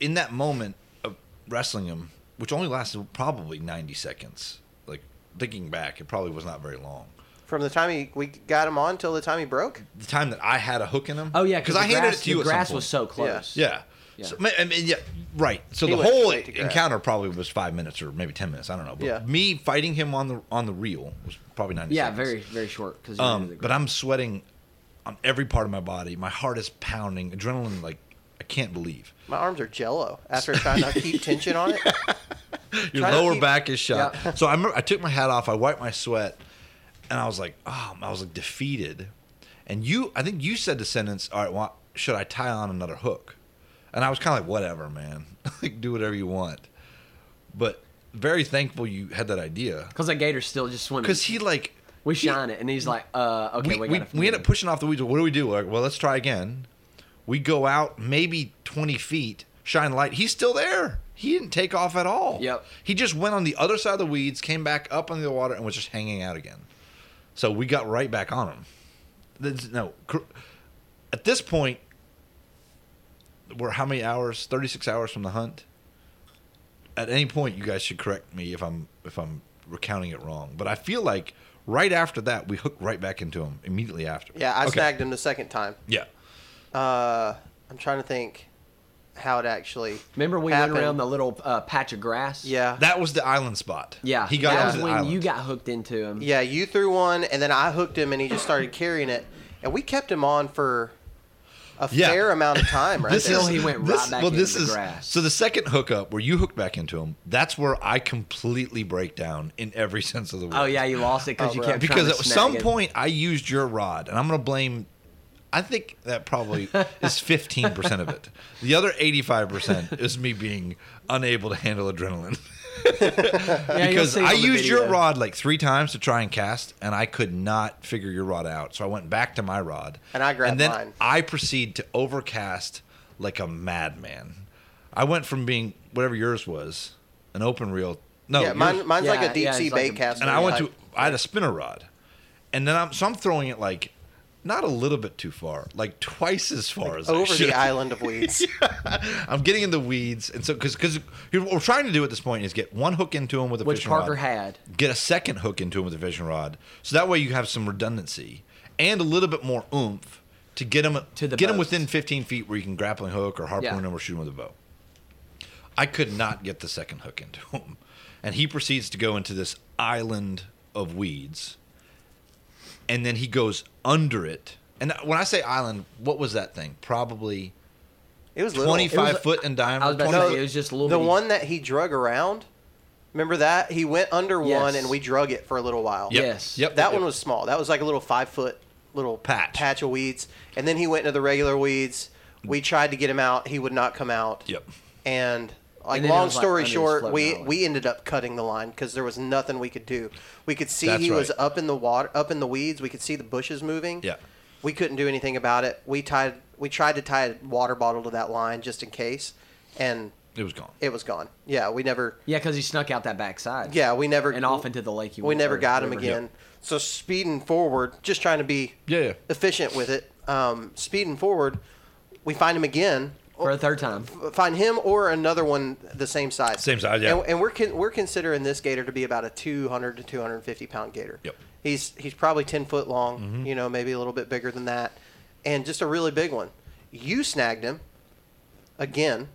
in that moment of wrestling him, which only lasted probably 90 seconds. Like thinking back, it probably was not very long.
From the time he, we got him on till the time he broke,
The time that I had a hook in him.
oh yeah,
because I
the
handed
grass,
it to you.
The
at some
grass
point.
was so close.
Yeah.
Yeah.
So, ma- I mean, yeah, right. So
He
the
went
whole
straight to grass.
encounter probably was five minutes or maybe ten minutes. I don't know. But
Yeah.
me fighting him on the on the reel was probably ninety.
Yeah,
seconds.
very very short because
Um, but I'm sweating on every part of my body. My heart is pounding. Adrenaline, like I can't believe.
my arms are jello after trying to keep tension on
*laughs*
it.
Your
Try to
lower
keep-
back is shot.
Yeah.
So I remember I took my hat off. I wiped my sweat, and I was like, oh, I was like defeated. And you, I think you said the sentence, all right, well, should I tie on another hook? And I was kind of like, whatever, man. *laughs* like do whatever you want. But very thankful you had that idea
because that gator's still just swimming.
because he like
We shine it, and he's like, uh, okay,
we,
we,
we, we
gotta
end
forget
up
it.
pushing off the weeds. What do we do? Like, well, let's try again. We go out maybe 20 feet, shine light. He's still there. He didn't take off at all.
Yep.
He just went on the other side of the weeds, came back up under the water, and was just hanging out again. So we got right back on him. There's- No, cr- at this point, we're how many hours? 36 hours from the hunt. At any point, you guys should correct me if I'm if I'm recounting it wrong. But I feel like right after that, we hooked right back into him immediately after.
Yeah, I
Okay.
snagged him the second time.
Yeah.
Uh, I'm trying to think how it actually.
Remember we
happened.
went around the little uh, patch of grass?
Yeah.
That was the island spot.
yeah.
He got
that
onto
was
the
when
island.
you got hooked into him.
Yeah, you threw one, and then I hooked him, and he just started carrying it, and we kept him on for a
Yeah.
fair amount of time. Right
This
there.
is- Until he went right back into the
is,
grass.
So the second hookup where you hooked back into him, that's where I completely break down in every *laughs* sense of the word.
Oh yeah, you lost it because
Oh,
you
bro.
kept trying
because
to
at
snag
some
it.
point I used your rod, and I'm going to blame. I think that probably
*laughs*
is 15 percent of it. The other 85 percent is me being unable to handle adrenaline
Yeah, you'll
because
see it
I
on the
used your
video.
rod like three times to try and cast, and I could not figure your rod out. So I went back to my rod,
And I grabbed
and then
mine.
I proceed to overcast like a madman. I went from being whatever yours was, an open reel. No,
yeah,
yours-
mine, mine's like
Yeah,
a deep
yeah,
sea
it's like
bait
a-
cast.
and I went
like-
to I had a spinner rod, and then I'm so I'm throwing it like not a little bit too far, like twice as far as I
*laughs* over
*laughs* should.
the island of weeds.
I'm getting in the weeds, and so because because what we're trying to do at this point is get one hook into him with a
Which
fishing
Parker
rod,
had.
get a second hook into him with a fishing rod, so that way you have some redundancy and a little bit more oomph to get him
To the
get him
boats.
within 15 feet where you can grappling hook or harpoon
Yeah.
him or shoot him with a bow. I could not get the second hook into *laughs* him. And he proceeds to go into this island of weeds. And then he goes under it. And when I say island, what was that thing? Probably
It was little.
25
It was-
foot in diameter.
I was about to
20
say it was just a little.
the
bitty-
one that he drug around. Remember that he went under
Yes.
one, and we drug it for a little while.
Yep.
Yes.
Yep.
That
Yep.
one was small. That was like a little five foot little
Patch.
patch of weeds. And then he went into the regular weeds. We tried to get him out. He would not come out.
Yep.
And like
And then it
long
was, like,
story
under the
short,
floating
we
island.
we ended up cutting the line because there was nothing we could do. We could see
That's
he was
right.
up in the water, up in the weeds. We could see the bushes moving.
Yeah.
We couldn't do anything about it. We tied. We tried to tie a water bottle to that line just in case, and
It was gone.
it was gone. Yeah, we never.
Yeah, because he snuck out that backside.
Yeah, we never
and off into the lake. He
we
went,
never
or
got him
whatever.
again. So speeding forward, just trying to be
Yeah, yeah.
efficient with it. Um, speeding forward, we find him again.
for a third time.
Find him or another one the same size.
Same size, yeah.
And, and we're con- we're considering this gator to be about a 200 to 250 pound gator.
Yep. Mm-hmm.
He's he's probably 10 foot long. You know, maybe a little bit bigger than that, and just a really big one. You snagged him again.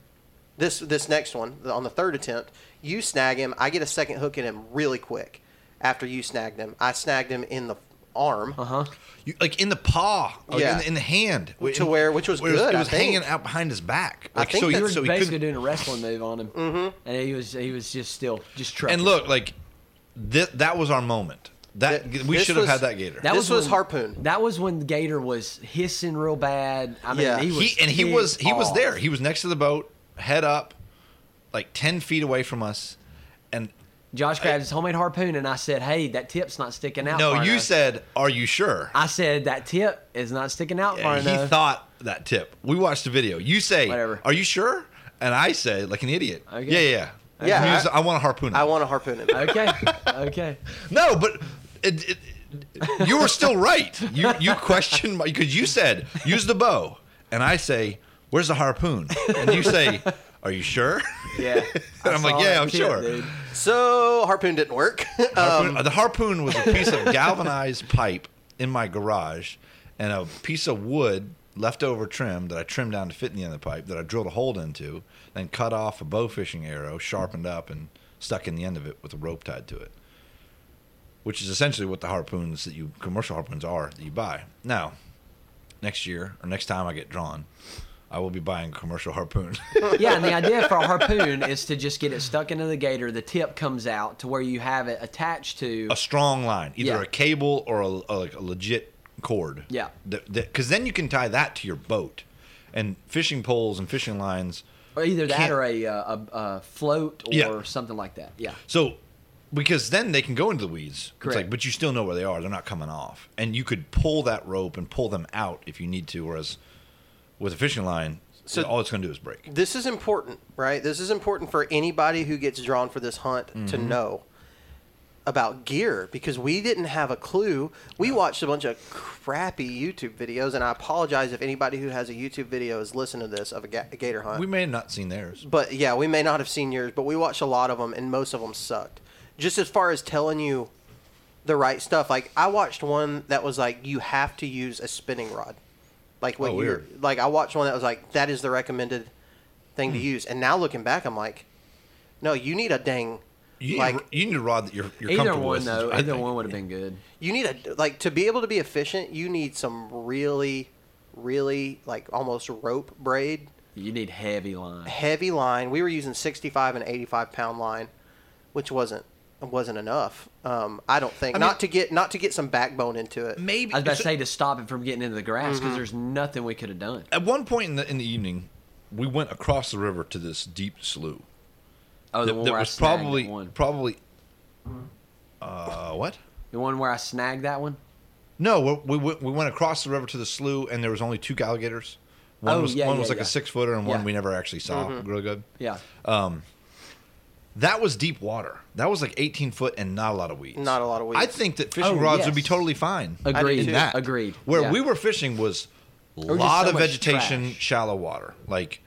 This this next one the- on the third attempt, you snag him. I get a second hook in him really quick. After you snagged him, I snagged him in the arm.
Uh huh.
You, like in the paw, like
Oh, Yeah.
in, the, in the hand,
To where- which was
it
good,
It
I
was
think.
hanging out behind his back.
I
Like,
think
so he,
that's-
You were
so he
basically
couldn't
doing a wrestling move on him, mm-hmm. and he was he was just still just trucking.
And look, like that that was our moment. That
Th-
we
this
should have
was-
had that gator.
that
this was
when-
Harpoon.
That was when Gator was hissing real bad. I mean,
Yeah.
he was
he and he
pissed
was he was
off.
there. He was next to the boat, head up, like ten feet away from us. And
Josh grabbed his homemade harpoon, and I said, "Hey, that tip's not sticking out."
no,
far
you
enough."
said, "Are you sure?"
I said that tip is not sticking out far
And he
enough.
thought that tip. We watched the video. You say,
Whatever.
"Are you sure?" And I say, like an idiot,
Okay.
"Yeah, yeah, yeah."
Yeah,
And he
I-
was, I, want a harpoon.
I want to harpoon him.
okay, okay.
No, but it, it, you were still right. You you questioned my because you said use the bow, and I say where's the harpoon, and you say are you sure?
Yeah,
*laughs* And I'm like,
saw
yeah,
that
I'm sure. *laughs*
dude.
So harpoon didn't work. *laughs*
Harpoon, uh, the harpoon was a piece of galvanized pipe in my garage, and a piece of wood leftover trim that I trimmed down to fit in the end of the pipe that I drilled a hole into, then cut off a bow fishing arrow, sharpened up, and stuck in the end of it with a rope tied to it. which is essentially what the harpoons that you commercial harpoons are that you buy. Now, next year or next time I get drawn, I will be buying a commercial harpoon. *laughs*
Yeah, and the idea for a harpoon is to just get it stuck into the gator. The tip comes out to where you have it attached to.
a strong line, either
Yeah.
a cable or a, a- like a legit cord.
Yeah.
Because then you can tie that to your boat, and fishing poles and fishing lines.
Or either that
Can't-
or a, uh, a, a float or
Yeah.
something like that. Yeah.
So because then they can go into the weeds. It's
Correct.
like, but you still know where they are. They're not coming off, and you could pull that rope and pull them out if you need to. Whereas with a fishing line,
So-
all it's going to do is break.
This is important, right? This is important for anybody who gets drawn for this hunt to know about gear because we didn't have a clue. We watched a bunch of crappy YouTube videos, and I apologize if anybody who has a YouTube video is listening to this of a, ga- a gator hunt.
We may have not seen theirs.
But yeah, we may not have seen yours, but we watched a lot of them, and most of them sucked. Just as far as telling you the right stuff, like I watched one that was like you have to use a spinning rod, like what
Oh,
you
weird.
like. I watched one that was like that is the recommended thing to
Hmm.
use, and now looking back, I'm like, no, you need a dang
You need,
like
a, you need a rod that you're, you're
Either
comfortable
one
with.
though,
I
either
think.
one would have been good.
you need a like to be able to be efficient. You need some really, really like almost rope braid
You need heavy line.
heavy line. We were using 65 and 85 pound line, which wasn't wasn't enough. Um, I don't think
I mean-
not to get not to get some backbone into it.
Maybe
I was about to
so- Mm-hmm.
say to stop it from getting into the grass because there's nothing we could have done.
at one point in the in the evening, we went across the river to this deep slough.
Oh, the
that,
one
that
where I
was
snagged
probably
that one.
probably uh what?
The one where I snagged that one.
No, we, we we went across the river to the slough, and there was only two alligators. One
Oh,
was
yeah,
one
yeah,
was like
yeah.
a six footer, and
Yeah. Mm-hmm.
one we never actually saw real good.
Yeah.
That was deep water. That was like eighteen foot and not a lot of weeds.
Not a lot of weeds.
I think that fishing
Oh,
rods would be
yes.
totally fine.
Agreed.
In that.
Agreed.
Where
Yeah.
we were fishing was a
just
lot
so
of
much
vegetation,
trash.
shallow water. Like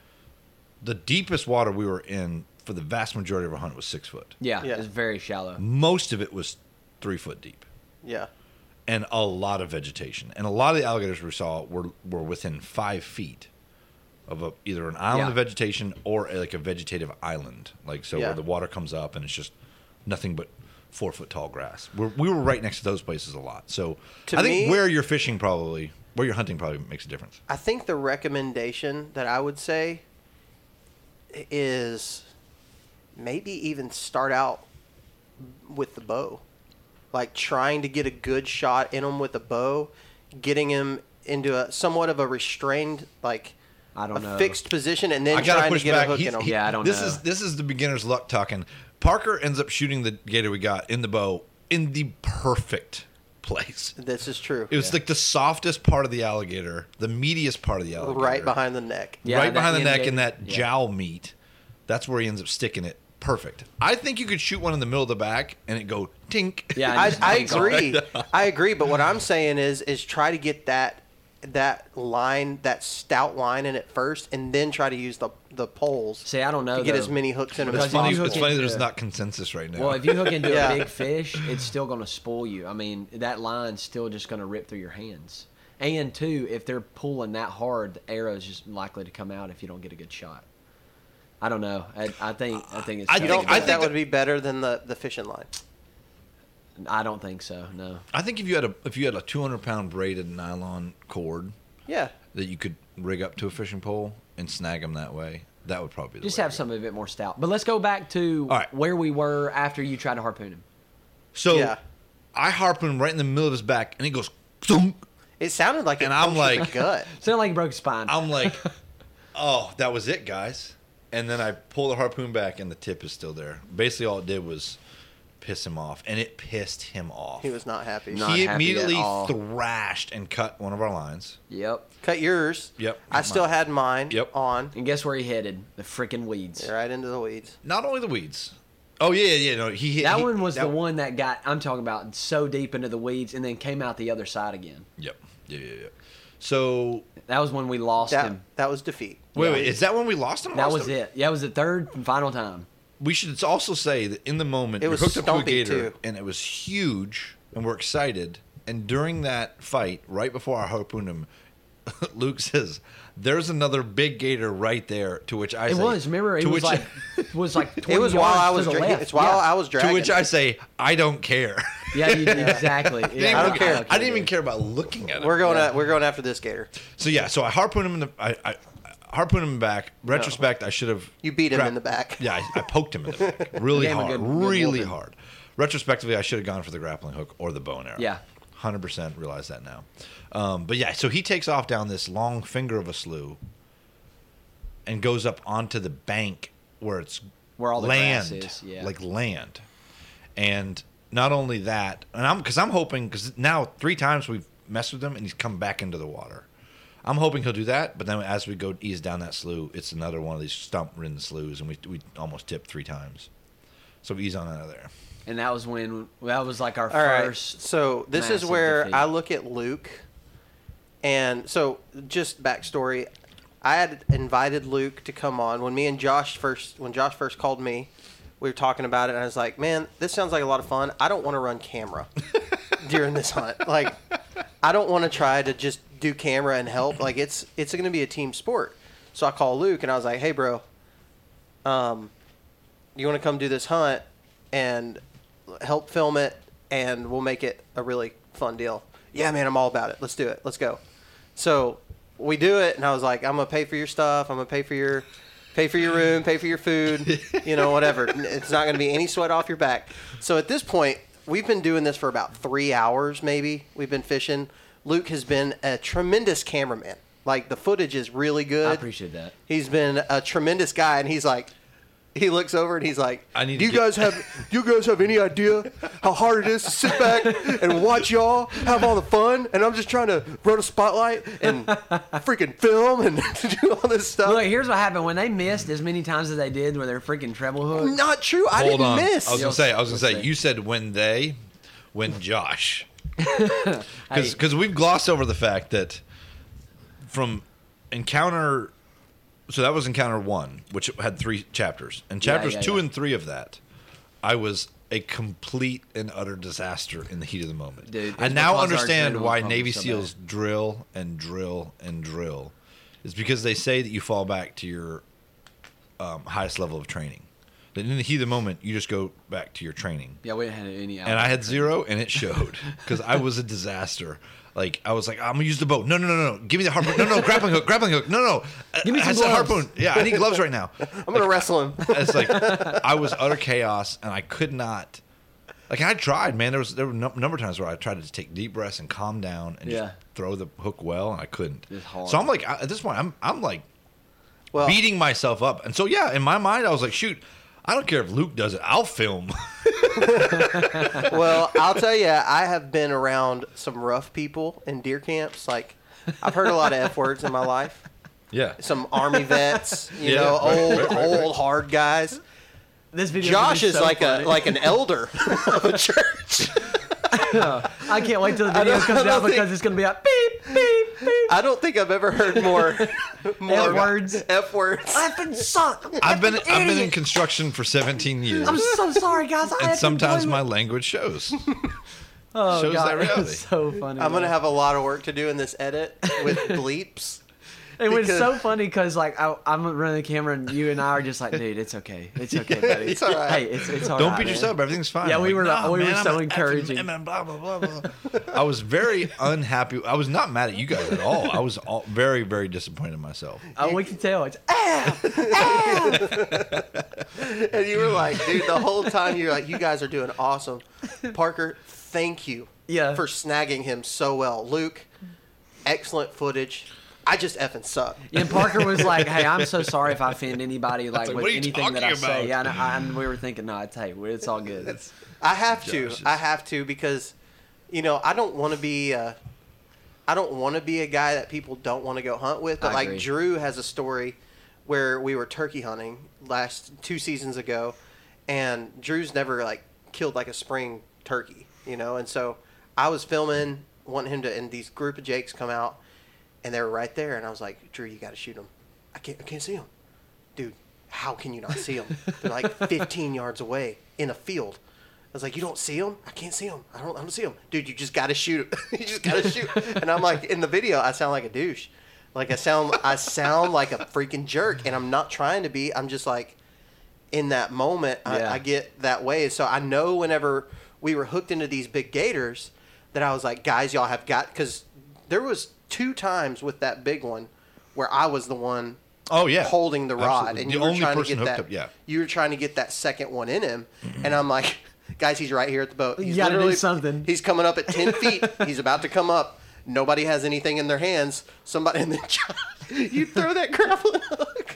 the deepest water we were in for the vast majority of our hunt was six foot.
yeah,
Yeah.
It's very shallow.
Most of it was three foot deep.
yeah,
and a lot of vegetation. And a lot of the alligators we saw were were within five feet of a, either an island
Yeah.
of vegetation or like a vegetative island, like so
Yeah.
where the water comes up and it's just nothing but four foot tall grass. We're, we were right next to those places a lot. So
To
I think
me-
where you're fishing probably where you're hunting probably makes a difference.
I think the recommendation that I would say is maybe even start out with the bow, like trying to get a good shot in him with a bow, getting him into a somewhat of a restrained like
I don't
a
know.
fixed position, and then
I gotta
trying
push
to get
back.
a hook
He's-
in him.
he-
Yeah, I don't
this
know.
is this is the beginner's luck talking. Parker ends up shooting the gator we got in the bow in the perfect place.
This is true.
It was like the softest part of the alligator, the meatiest part of the alligator,
right behind the neck.
Yeah,
right
that
behind the
end
neck,
gate.
and that
Yeah.
jowl meat. That's where he ends up sticking it. Perfect. I think you could shoot one in the middle of the back and it go tink. *laughs*
Yeah,
I,
just
I
hangs on. *laughs*
agree. I agree. But what I'm saying is, is try to get that that line, that stout line in at first, and then try to use the the poles.
See, I don't know,
To get
though.
as many hooks in 'em
Because
as
it's
if you
funny.
possible.
hook
It's funny.
into-
There's not consensus right now.
oh, Well, if you hook into
Yeah.
a big fish, it's still going to spoil you. I mean, that line's still just going to rip through your hands. And two, if they're pulling that hard, the arrow's just likely to come out if you don't get a good shot. I don't know. I, I think I think it's.
I
You
tough.
don't
I
think, that,
think
would
that-
be better than the the fishing line?
I don't think so. No.
I think if you had a if you had a 200 pound braided nylon cord
Yeah.
that you could rig up to a fishing pole and snag them that way, that would probably be the
Just
way
have
to go.
something a bit more stout. But let's go back to
All right.
where we were after you tried to harpoon him.
So
Yeah.
I harpoon him right in the middle of his back, and he goes thunk.
It sounded like. it
And I'm
punched you in
like-
the gut.
Sounded like he broke his spine.
I'm
*laughs*
like, oh, that was it, guys. And then I pull the harpoon back, and the tip is still there. Basically, all it did was piss him off, and it pissed him off.
He was not happy.
No. Not
he
happy at
immediately
all.
thrashed and cut one of our lines.
yep.
Cut yours.
Yep.
I still
Mine.
had mine.
Yep.
On.
And guess where he headed? The freaking weeds.
Right into the weeds.
Not only the weeds. Oh yeah, yeah, yeah, no. He hit
That
he-
one was the one that got I'm talking about so deep into the weeds and then came out the other side again.
Yep. Yeah, yeah, yeah. So
That was when we lost
That
him.
that was defeat.
wait, wait, is that when we lost him?
That
Lost
was
him?
it. Yeah, it was the third and final time.
we should also say that in the moment
It
it
was
was hooked up to a
stumpy,
gator
too.
and it was huge and we're excited and during that fight right before I harpooned him *laughs* Luke says there's another big gator right there to which I
It
say,
was. Remember, it
to
was
which,
like
*laughs*
was like 20
It was while
yards
I
to
was
the
drinking.
left.
It's while
yeah.
I was dragging.
*laughs* to which I say I don't care
*laughs*
*laughs*
yeah, you,
*laughs*
exactly. Yeah,
I don't care.
I didn't even care about looking at it
We're going. At, we're going after this gator.
so yeah so I harpooned him in the I, I I harpooned him back. Retrospect, I should have.
You beat him in the back.
Yeah, I, I poked him in the
*laughs*
back really
Gave him a
hard,
good- good
really
whooping.
hard. Retrospectively, I should have gone for the grappling hook or the bow and arrow.
Yeah.
hundred percent realize that now. Um, but yeah, so he takes off down this long finger of a slough and goes up onto the bank where it's
Where all the
land,
grass is, yeah.
like land. And not only that, and I'm because I'm hoping because now three times we've messed with him and he's come back into the water. I'm hoping he'll do that, but then as we go ease down that slough, it's another one of these stump-ridden sloughs, and we we almost tipped three times. So we ease on out of there.
and that was when that was like our
All right.
first.
So this is
massive
where
defeat.
I look at Luke, and so just backstory, I had invited Luke to come on when me and Josh first when Josh first called me, we were talking about it, and I was like, man, this sounds like a lot of fun. I don't want to run
*laughs*
camera during this hunt. Like, I don't want to try to just do camera and help. Like it's it's going to be a team sport. So I call Luke and I was like, hey, bro, um, you want to come do this hunt and help film it and we'll make it a really fun deal yeah man i'm all about it let's do it let's go so we do it and i was like i'm gonna pay for your stuff i'm gonna pay for your pay for your room pay for your
*laughs*
food you know whatever it's not gonna be any sweat off your back so at this point we've been doing this for about three hours maybe we've been fishing luke has been a tremendous cameraman like the footage is really good
I appreciate that.
he's been a tremendous guy and he's like he looks over and he's like
I need
do
to
you
get-
guys have do you guys have any idea how hard it is to sit back and watch y'all have all the fun and i'm just trying to run a spotlight and freaking film and *laughs* do all this stuff
Look, here's what happened when they missed as many times as they did with their freaking treble hook.
not true i didn't miss
I was gonna say. I was gonna say.
Let's see.
You said when they, when
*laughs*
Josh,
Hey.
because we've glossed over the fact that from encounter, so that was encounter one, which had three chapters, and
Yeah,
chapters
yeah,
two
yeah.
and three of that, I was a complete and utter disaster in the heat of the moment.
Dude, it's
I now
because our
understand
adrenaline
why
pump is
Navy
so
SEALs drill and drill and drill. It's because they say that you fall back to your um, highest level of training. Then in the heat of the moment, you just go back to your training.
Yeah, we didn't have any.
And I had zero, and it
*laughs*
showed because I was a disaster. Like I was like, I'm gonna use the boat. No, no, no, no. Give me the harpoon. No, no, grappling hook, grappling hook. No, no.
Give me
I- I
some
said
gloves.
harpoon. Yeah, I need gloves right now.
i'm gonna wrestle him *laughs*
It's
*laughs*
like I was utter chaos, and I could not. Like I tried, man. There was there were a number of times where I tried to just take deep breaths and calm down and
Yeah.
just throw the hook well, and I couldn't.
It's hard.
So I'm like, I- at this point, I'm I'm like
well
beating myself up. And so yeah, in my mind, I was like, shoot, I don't care if Luke does it, I'll film.
well, I'll tell you, I have been around some rough people in deer camps. Like, I've heard a lot of f words in my life.
yeah.
Some *laughs* army vets, you
Yeah,
know,
right,
old
right, right, right.
old hard guys.
this video
Josh is like a like an elder *laughs* of a church.
I can't wait till the video
don't- *laughs* I
comes
don't
out because
think-
it's gonna be like beep beep beep.
I don't think I've ever heard *laughs* more more
words.
F words.
I've been sucked.
I've
*laughs*
been I've been in construction for 17 years,
I'm so sorry, guys. I
and
have
sometimes
been
my language shows.
*laughs* oh,
shows
God,
that
it was *laughs*
reality.
so funny.
I'm gonna
man.
have a lot of work to do in this edit *laughs* with bleeps.
It was
because-
so funny because like I, I'm running the camera and you and I are just like, dude, it's okay,
*laughs*
it's okay, buddy.
it's all right.
Hey, it's it's all
Don't
right,
beat
man."
yourself up. Everything's fine.
Yeah, we were- we were so
an
encouraging.
effing man, blah, blah, blah, blah. I was
*laughs*
very unhappy. I was not mad at you guys at all. I was all, very, very disappointed in myself.
Oh, we can tell. It's "Ah!"
And you were like, dude, the whole time you're like, you guys are doing awesome. Parker, thank you
Yeah.
for snagging him so well. Luke, excellent footage. I just effing suck.
And Parker was like, "Hey, I'm so sorry if I offend anybody,
like,
like, with
what are you
anything that I
talking
say."
about?
Yeah, and, I, and we were thinking, "No, it's hey, it's all good."
I have to.
Josh is-
I have to because, you know, I don't want to be. Uh, I don't want to be a guy that people don't want to go hunt with. But
I
like
agree.
Drew has a story where we were turkey hunting last two seasons ago, and Drew's never like killed like a spring turkey, you know. And so I was filming, wanting him to, and these group of Jakes come out, and they were right there, and I was like, Drew, you got to shoot him. I can't. I can't see him dude, how can you not see them? They're like 15 yards away in a field. I was like, you don't see them? I can't see them. I don't, I don't see them. Dude, you just got to shoot. 'em. *laughs* you just got to shoot. And I'm like, in the video, I sound like a douche. Like I sound, I sound like a freaking jerk, and I'm not trying to be. I'm just like, in that moment,
Yeah.
I, I get that way. So I know whenever we were hooked into these big gators, that I was like, guys, y'all have got because there was two times with that big one where I was the one
Oh yeah,
holding the rod,
Absolutely.
and
The
you were
only
trying to
person
get that.
hooked up, yeah.
you were trying to get that second one in him, and I'm like, *laughs* guys, he's right here at the boat. He's
You gotta do
literally-
something.
He's coming up at
*laughs*
ten feet. he's about to come up. *laughs* Nobody has anything in their hands. Somebody, and then you throw that grappling hook.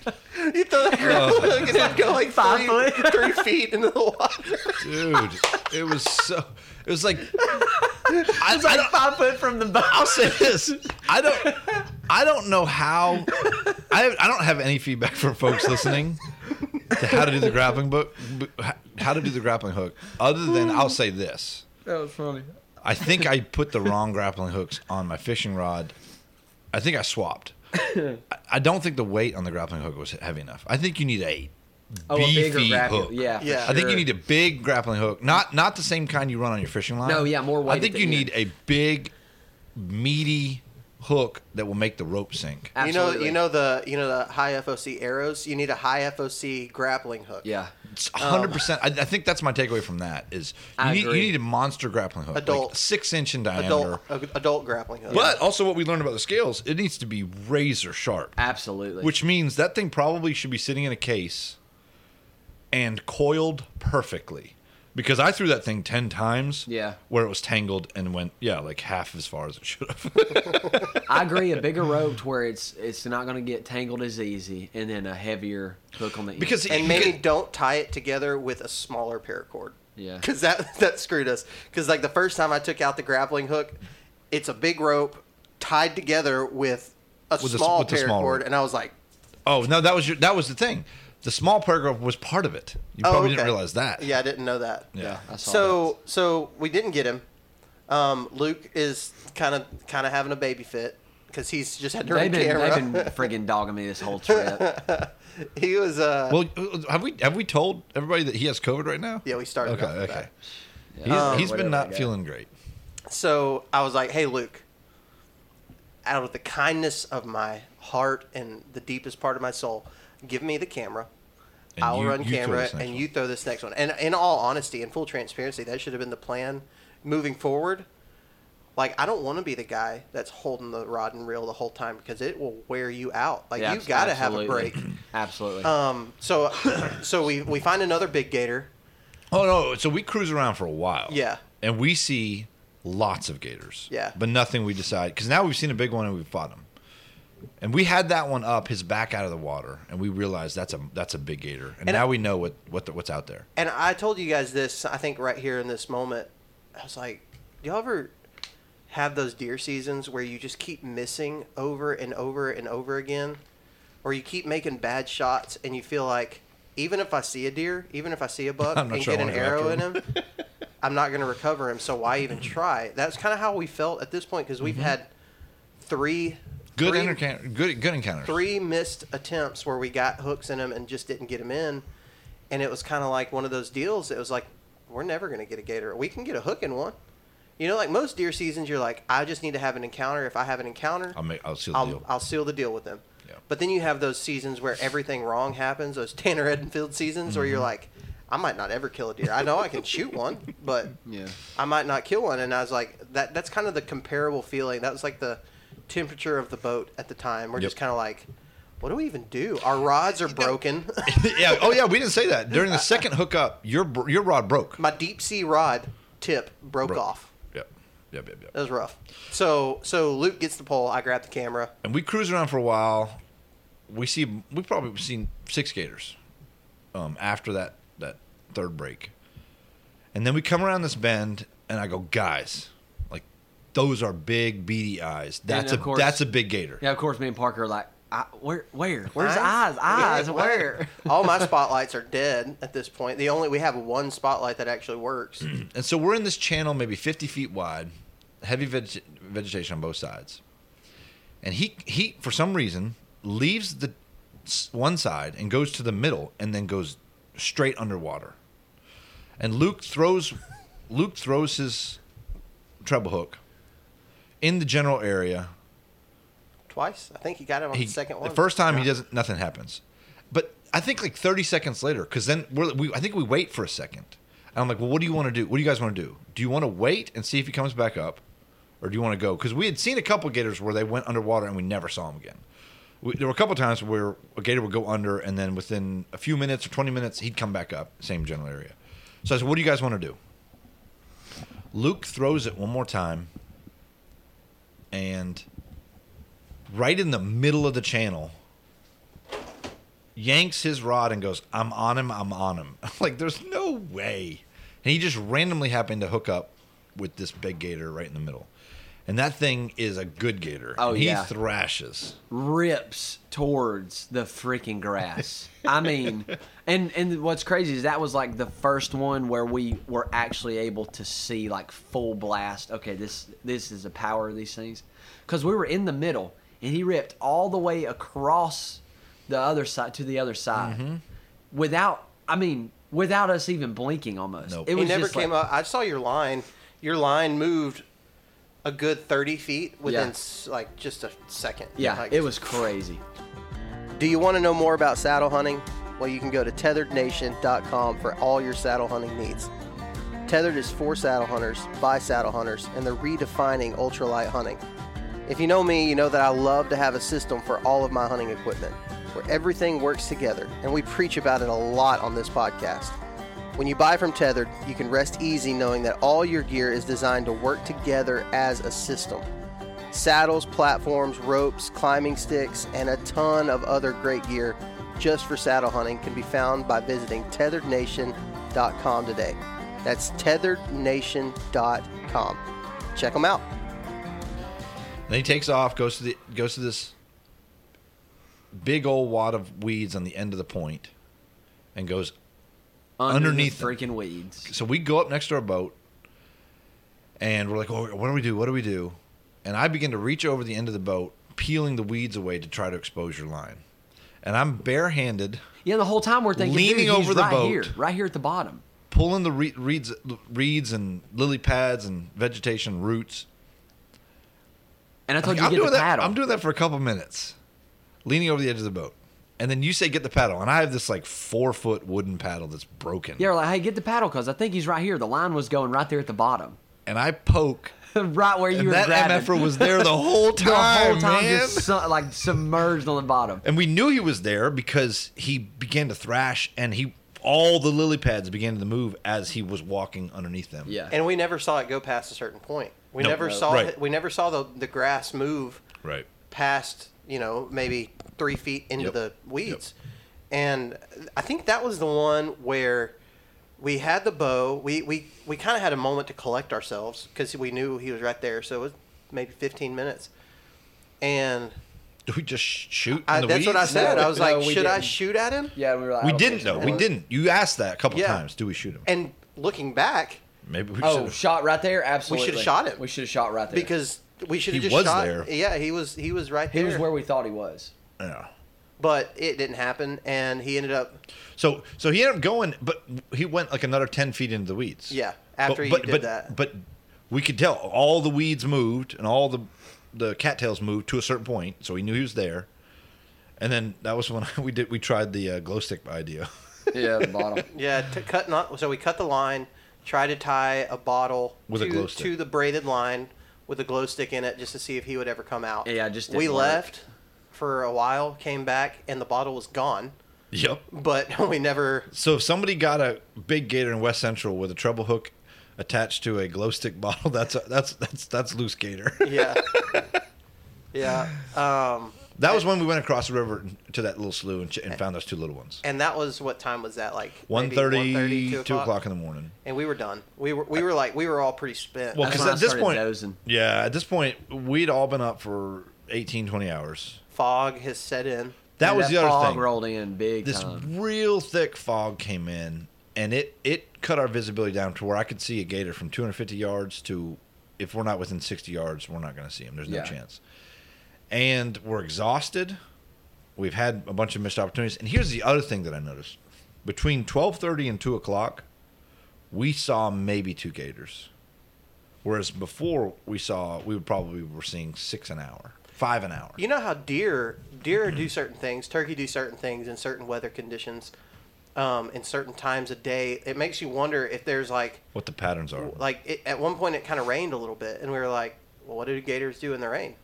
You throw that grappling hook and it'd go like
Five
three, three feet into the
*laughs*
water.
dude. It was so. It was like. I,
It's
*laughs* I
like
don't,
five foot from the
I'll
boat.
say this. I don't. I don't know how. I I don't have any feedback from folks listening to how to do the grappling book, how to do the grappling hook. Other than I'll say this.
That was funny.
I think I put the wrong grappling hooks on my fishing rod. I think I swapped. I- I don't think the weight on the grappling hook was heavy enough. I think you need a
Oh, a
beefy
bigger grapple.
hook.
Yeah. for
Yeah.
I think you
sure.
need a big grappling hook, not not the same kind you run on your fishing line.
No, yeah, more weight
I
at
think
the
you
end.
need a big, meaty hook that will make the rope sink.
Uh,
You know,
Absolutely.
you know the you know the high FOC arrows. You need a high FOC grappling hook.
Yeah.
It's 100%. I, I think that's my takeaway from that is you,
oh. I
need, you
agree.
need a monster grappling hook,
Adult.
like six inch in diameter.
Adult a- adult grappling hook.
But also, what we learned about the scales, it needs to be razor sharp.
Absolutely.
Which means that thing probably should be sitting in a case and coiled perfectly. Because I threw that thing 10 times.
Yeah.
Where it was tangled and went, yeah, like half as far as it should have. *laughs*
I agree. A bigger rope to where it's it's not going to get tangled as easy, and then a heavier hook on the
*laughs*
end.
because
and
you
maybe
get-
don't tie it together with a smaller paracord.
Yeah.
Because that *laughs* that screwed us. Because like the first time I took out the grappling hook, it's a big rope tied together with a
With a s-
small
with a small
paracord,
rope.
and I was like,
oh, no, that was your, that was the thing. The small paragraph was part of it. You
oh,
probably
okay.
didn't realize that.
Yeah, I didn't know that.
Yeah.
I saw
So so we didn't get him. Um, Luke is kind of kind of having a baby fit because he's just had to
they've
run
been
camera.
they've been friggin' dogging me this whole trip.
*laughs* he was uh.
Well, have we have we told everybody that he has COVID right now?
yeah, we started.
Okay,
off with that. Uh,
okay. He's, he's
whatever,
been
I
not
guess.
feeling great.
So I was like, hey, Luke, out of the kindness of my heart and the deepest part of my soul, give me the camera.
And
I'll
you-
run
you throw
camera
this
and
next
you throw this next one. And in all honesty and full transparency, that should have been the plan moving forward. Like I don't want to be the guy that's holding the rod and reel the whole time because it will wear you out. Like
Yeah,
you got to have a
absolutely.
break.
Absolutely.
Um, so *coughs* so we we find another big gator.
Oh no! So we cruise around for a while.
Yeah.
And we see lots of gators.
Yeah.
But nothing we decide because now we've seen a big one and we've fought him. And we had that one up, his back out of the water, and we realized that's a that's a big gator. And,
And
now
I-
we know what what the, what's out there.
And I told you guys this, I think, right here in this moment. I was like, do y'all ever have those deer seasons where you just keep missing over and over and over again? Or you keep making bad shots and you feel like, even if I see a deer, even if I see a buck
*laughs* I'm not
and
sure I
get an
wanna go
arrow in
after
him,
*laughs*
I'm not going to recover him. So why even try? That's kind of how we felt at this point because we've had three
Mm-hmm. Good
three,
encounter, good good encounters.
three missed attempts where we got hooks in them and just didn't get them in. And it was kind of like one of those deals. It was like, we're never going to get a gator. We can get a hook in one. You know, like most deer seasons, you're like, I just need to have an encounter. If I have an encounter,
I'll make I'll seal the
I'll,
deal.
I'll seal the deal with them.
Yeah.
But then you have those seasons where everything wrong happens, those Tanner Edenfield seasons where
Mm-hmm.
you're like, I might not ever kill a deer. I know I can shoot one,
*laughs*
but
Yeah.
I might not kill one. And I was like, that that's kind of the comparable feeling. That was like the temperature of the boat at the time. We're
Yep.
just kind of like, what do we even do? Our rods are broken.
*laughs*
*laughs*
*laughs* yeah. Oh yeah. We didn't say that during the second hookup. Your br- your rod broke.
My deep sea rod tip broke,
Broke.
off.
Yep. Yep. Yep. Yep.
That was rough. So so Luke gets the pole. I grab the camera.
and we cruise around for a while. We see we probably seen six gators um, after that that third break, and then we come around this bend, and I go, guys, like those are big beady eyes. That's a
of course-
that's a big gator.
yeah, of course, me and Parker are like, I, where, where, where's
Eyes?
eyes,
*laughs*
eyes,
Yeah,
where?
All
*laughs*
my spotlights are dead at this point. The only we have one spotlight that actually
*clears throat*
works.
And so we're in this channel, maybe 50 feet wide, heavy veg- vegetation on both sides. And he, he, for some reason, leaves the s- one side and goes to the middle and then goes straight underwater. And Luke throws, Luke throws his treble hook in the general area.
Twice, I think he got it on
He,
the second one.
The first time he doesn't, nothing happens. But I think like 30 seconds later, because then we're, we, I think we wait for a second. And I'm like, well, what do you want to do? What do you guys want to do? Do you want to wait and see if he comes back up? Or do you want to go? Because we had seen a couple gators where they went underwater and we never saw them again. We, there were a couple times where a gator would go under and then within a few minutes or 20 minutes, he'd come back up, same general area. So I said, what do you guys want to do? Luke throws it one more time and right in the middle of the channel, yanks his rod and goes, "I'm on him, I'm on him." *laughs* like there's no way, and he just randomly happened to hook up with this big gator right in the middle, and that thing is a good gator.
Oh,
And he
yeah.
thrashes.
rips towards the freaking grass.
*laughs*
I mean, and and what's crazy is that was like the first one where we were actually able to see like full blast. Okay, this this is the power of these things, because we were in the middle and he ripped all the way across the other side to the other side
Mm-hmm.
without. I mean, without us even blinking, almost.
Nope.
It
He
was
never
just
came
like,
up. I saw your line. Your line moved a good 30 feet within
Yeah.
s like just a second.
Yeah,
Like,
it was crazy.
Do you want to know more about saddle hunting? Well, you can go to tetherednation.com for all your saddle hunting needs. Tethered is for saddle hunters, by saddle hunters, and they're redefining ultralight hunting. If you know me, you know that I love to have a system for all of my hunting equipment where everything works together, and we preach about it a lot on this podcast. When you buy from Tethered, you can rest easy knowing that all your gear is designed to work together as a system saddles, platforms, ropes, climbing sticks, and a ton of other great gear just for saddle hunting can be found by visiting tetherednation.com today. That's tetherednation.com. Check them out.
Then he takes off, goes to the goes to this big old wad of weeds on the end of the point, and goes.
Under
Underneath
the
them.
freaking weeds.
So we go up next to our boat, and we're like, "Oh, what do we do? What do we do?" And I begin to reach over the end of the boat, peeling the weeds away to try to expose your line. And I'm barehanded,
Yeah, the whole time we're thinking,
Leaning
dude, he's
over the
right
boat.
here, right here at the bottom.
pulling the re- reeds, reeds and lily pads and vegetation roots.
And I told
Like,
you
I'm
to get
doing
the
that.
paddle.
I'm doing that for a couple minutes, leaning over the edge of the boat, and then you say, "Get the paddle," and I have this like four foot wooden paddle that's broken.
Yeah, we're like, hey, get the paddle because I think he's right here. The line was going right there at the bottom, *laughs*
and I poke.
right where you
And
were
that
grabbing.
MFR was there
*laughs*
the whole
the
time,
whole time
man.
just su- like submerged on the bottom.
And we knew he was there because he began to thrash and he all the lily pads began to move as he was walking underneath them.
Yeah,
And we never saw it go past a certain point. We
No,
never
no,
saw
right.
it, we never saw the, the grass move
Right.
past, you know, maybe three feet into
Yep.
the weeds. And I think that was the one where we had the bow. We, we, we kind of had a moment to collect ourselves because we knew he was right there. So it was maybe 15 minutes. And
Do we just sh- shoot?
I,
in the
that's what I
weeds?
said.
No,
I was
no,
like,
we
should I
didn't.
shoot at him?
yeah, we were like,
We
"I don't
didn't
think
though.
so."
We didn't. You asked that a couple
Yeah.
times. Do we shoot him?
And looking back,
Maybe we
Oh,
should.
shot right there. Absolutely,
shot him.
We should have shot right there
because we should have
He
just
was
shot.
there.
Yeah, he was he was right
he
there.
was where we thought
*laughs*
he was.
yeah.
but it didn't happen, and he ended up
So so he ended up going, but he went like another ten feet into the weeds.
Yeah, after
but,
you
but,
did
but,
that.
But we could tell all the weeds moved and all the the cattails moved to a certain point, so he knew he was there. And then that was when *laughs* we did we tried the uh, glow stick idea. *laughs*
Yeah, the bottom.
Yeah, to cut not so we cut the line, try to tie a bottle
With
to,
a glow stick.
to the braided line with a glow stick in it just to see if he would ever come out.
Yeah, it just didn't
we
work.
left for a while, came back, and the bottle was gone.
yep.
But *laughs* we never.
So if somebody got a big gator in West Central with a treble hook attached to a glow stick *laughs* bottle, that's a, that's that's that's loose gator. *laughs*
Yeah. yeah. Um,
that was when we went across the river to that little slough and, ch- and found those two little ones.
and that was what time was that? Like
One
maybe
thirty, two o'clock in the morning.
And we were done. We were we were like we were all pretty spent.
Well,
That's
because
when I
at this
started
point,
dozing.
yeah, at this point, we'd all been up for 18, 20 hours.
Fog has set in.
That
And
was
that
the other
fog
thing.
rolled in big
this
time.
real thick fog came in, and it it cut our visibility down to where I could see a gator from 250 yards to, if we're not within 60 yards, we're not going to see him. There's no
Yeah.
chance. And we're exhausted. We've had a bunch of missed opportunities. And here's the other thing that I noticed: between 12:30 and 2 o'clock, we saw maybe two gators, whereas before we saw we would probably were seeing six an hour, five an hour.
You know how deer deer do certain things, turkey do certain things in certain weather conditions, um, in certain times of day. It makes you wonder if there's like
what the patterns are.
like it, at one point it kind of rained a little bit, and we were like, well, what do gators do in the rain?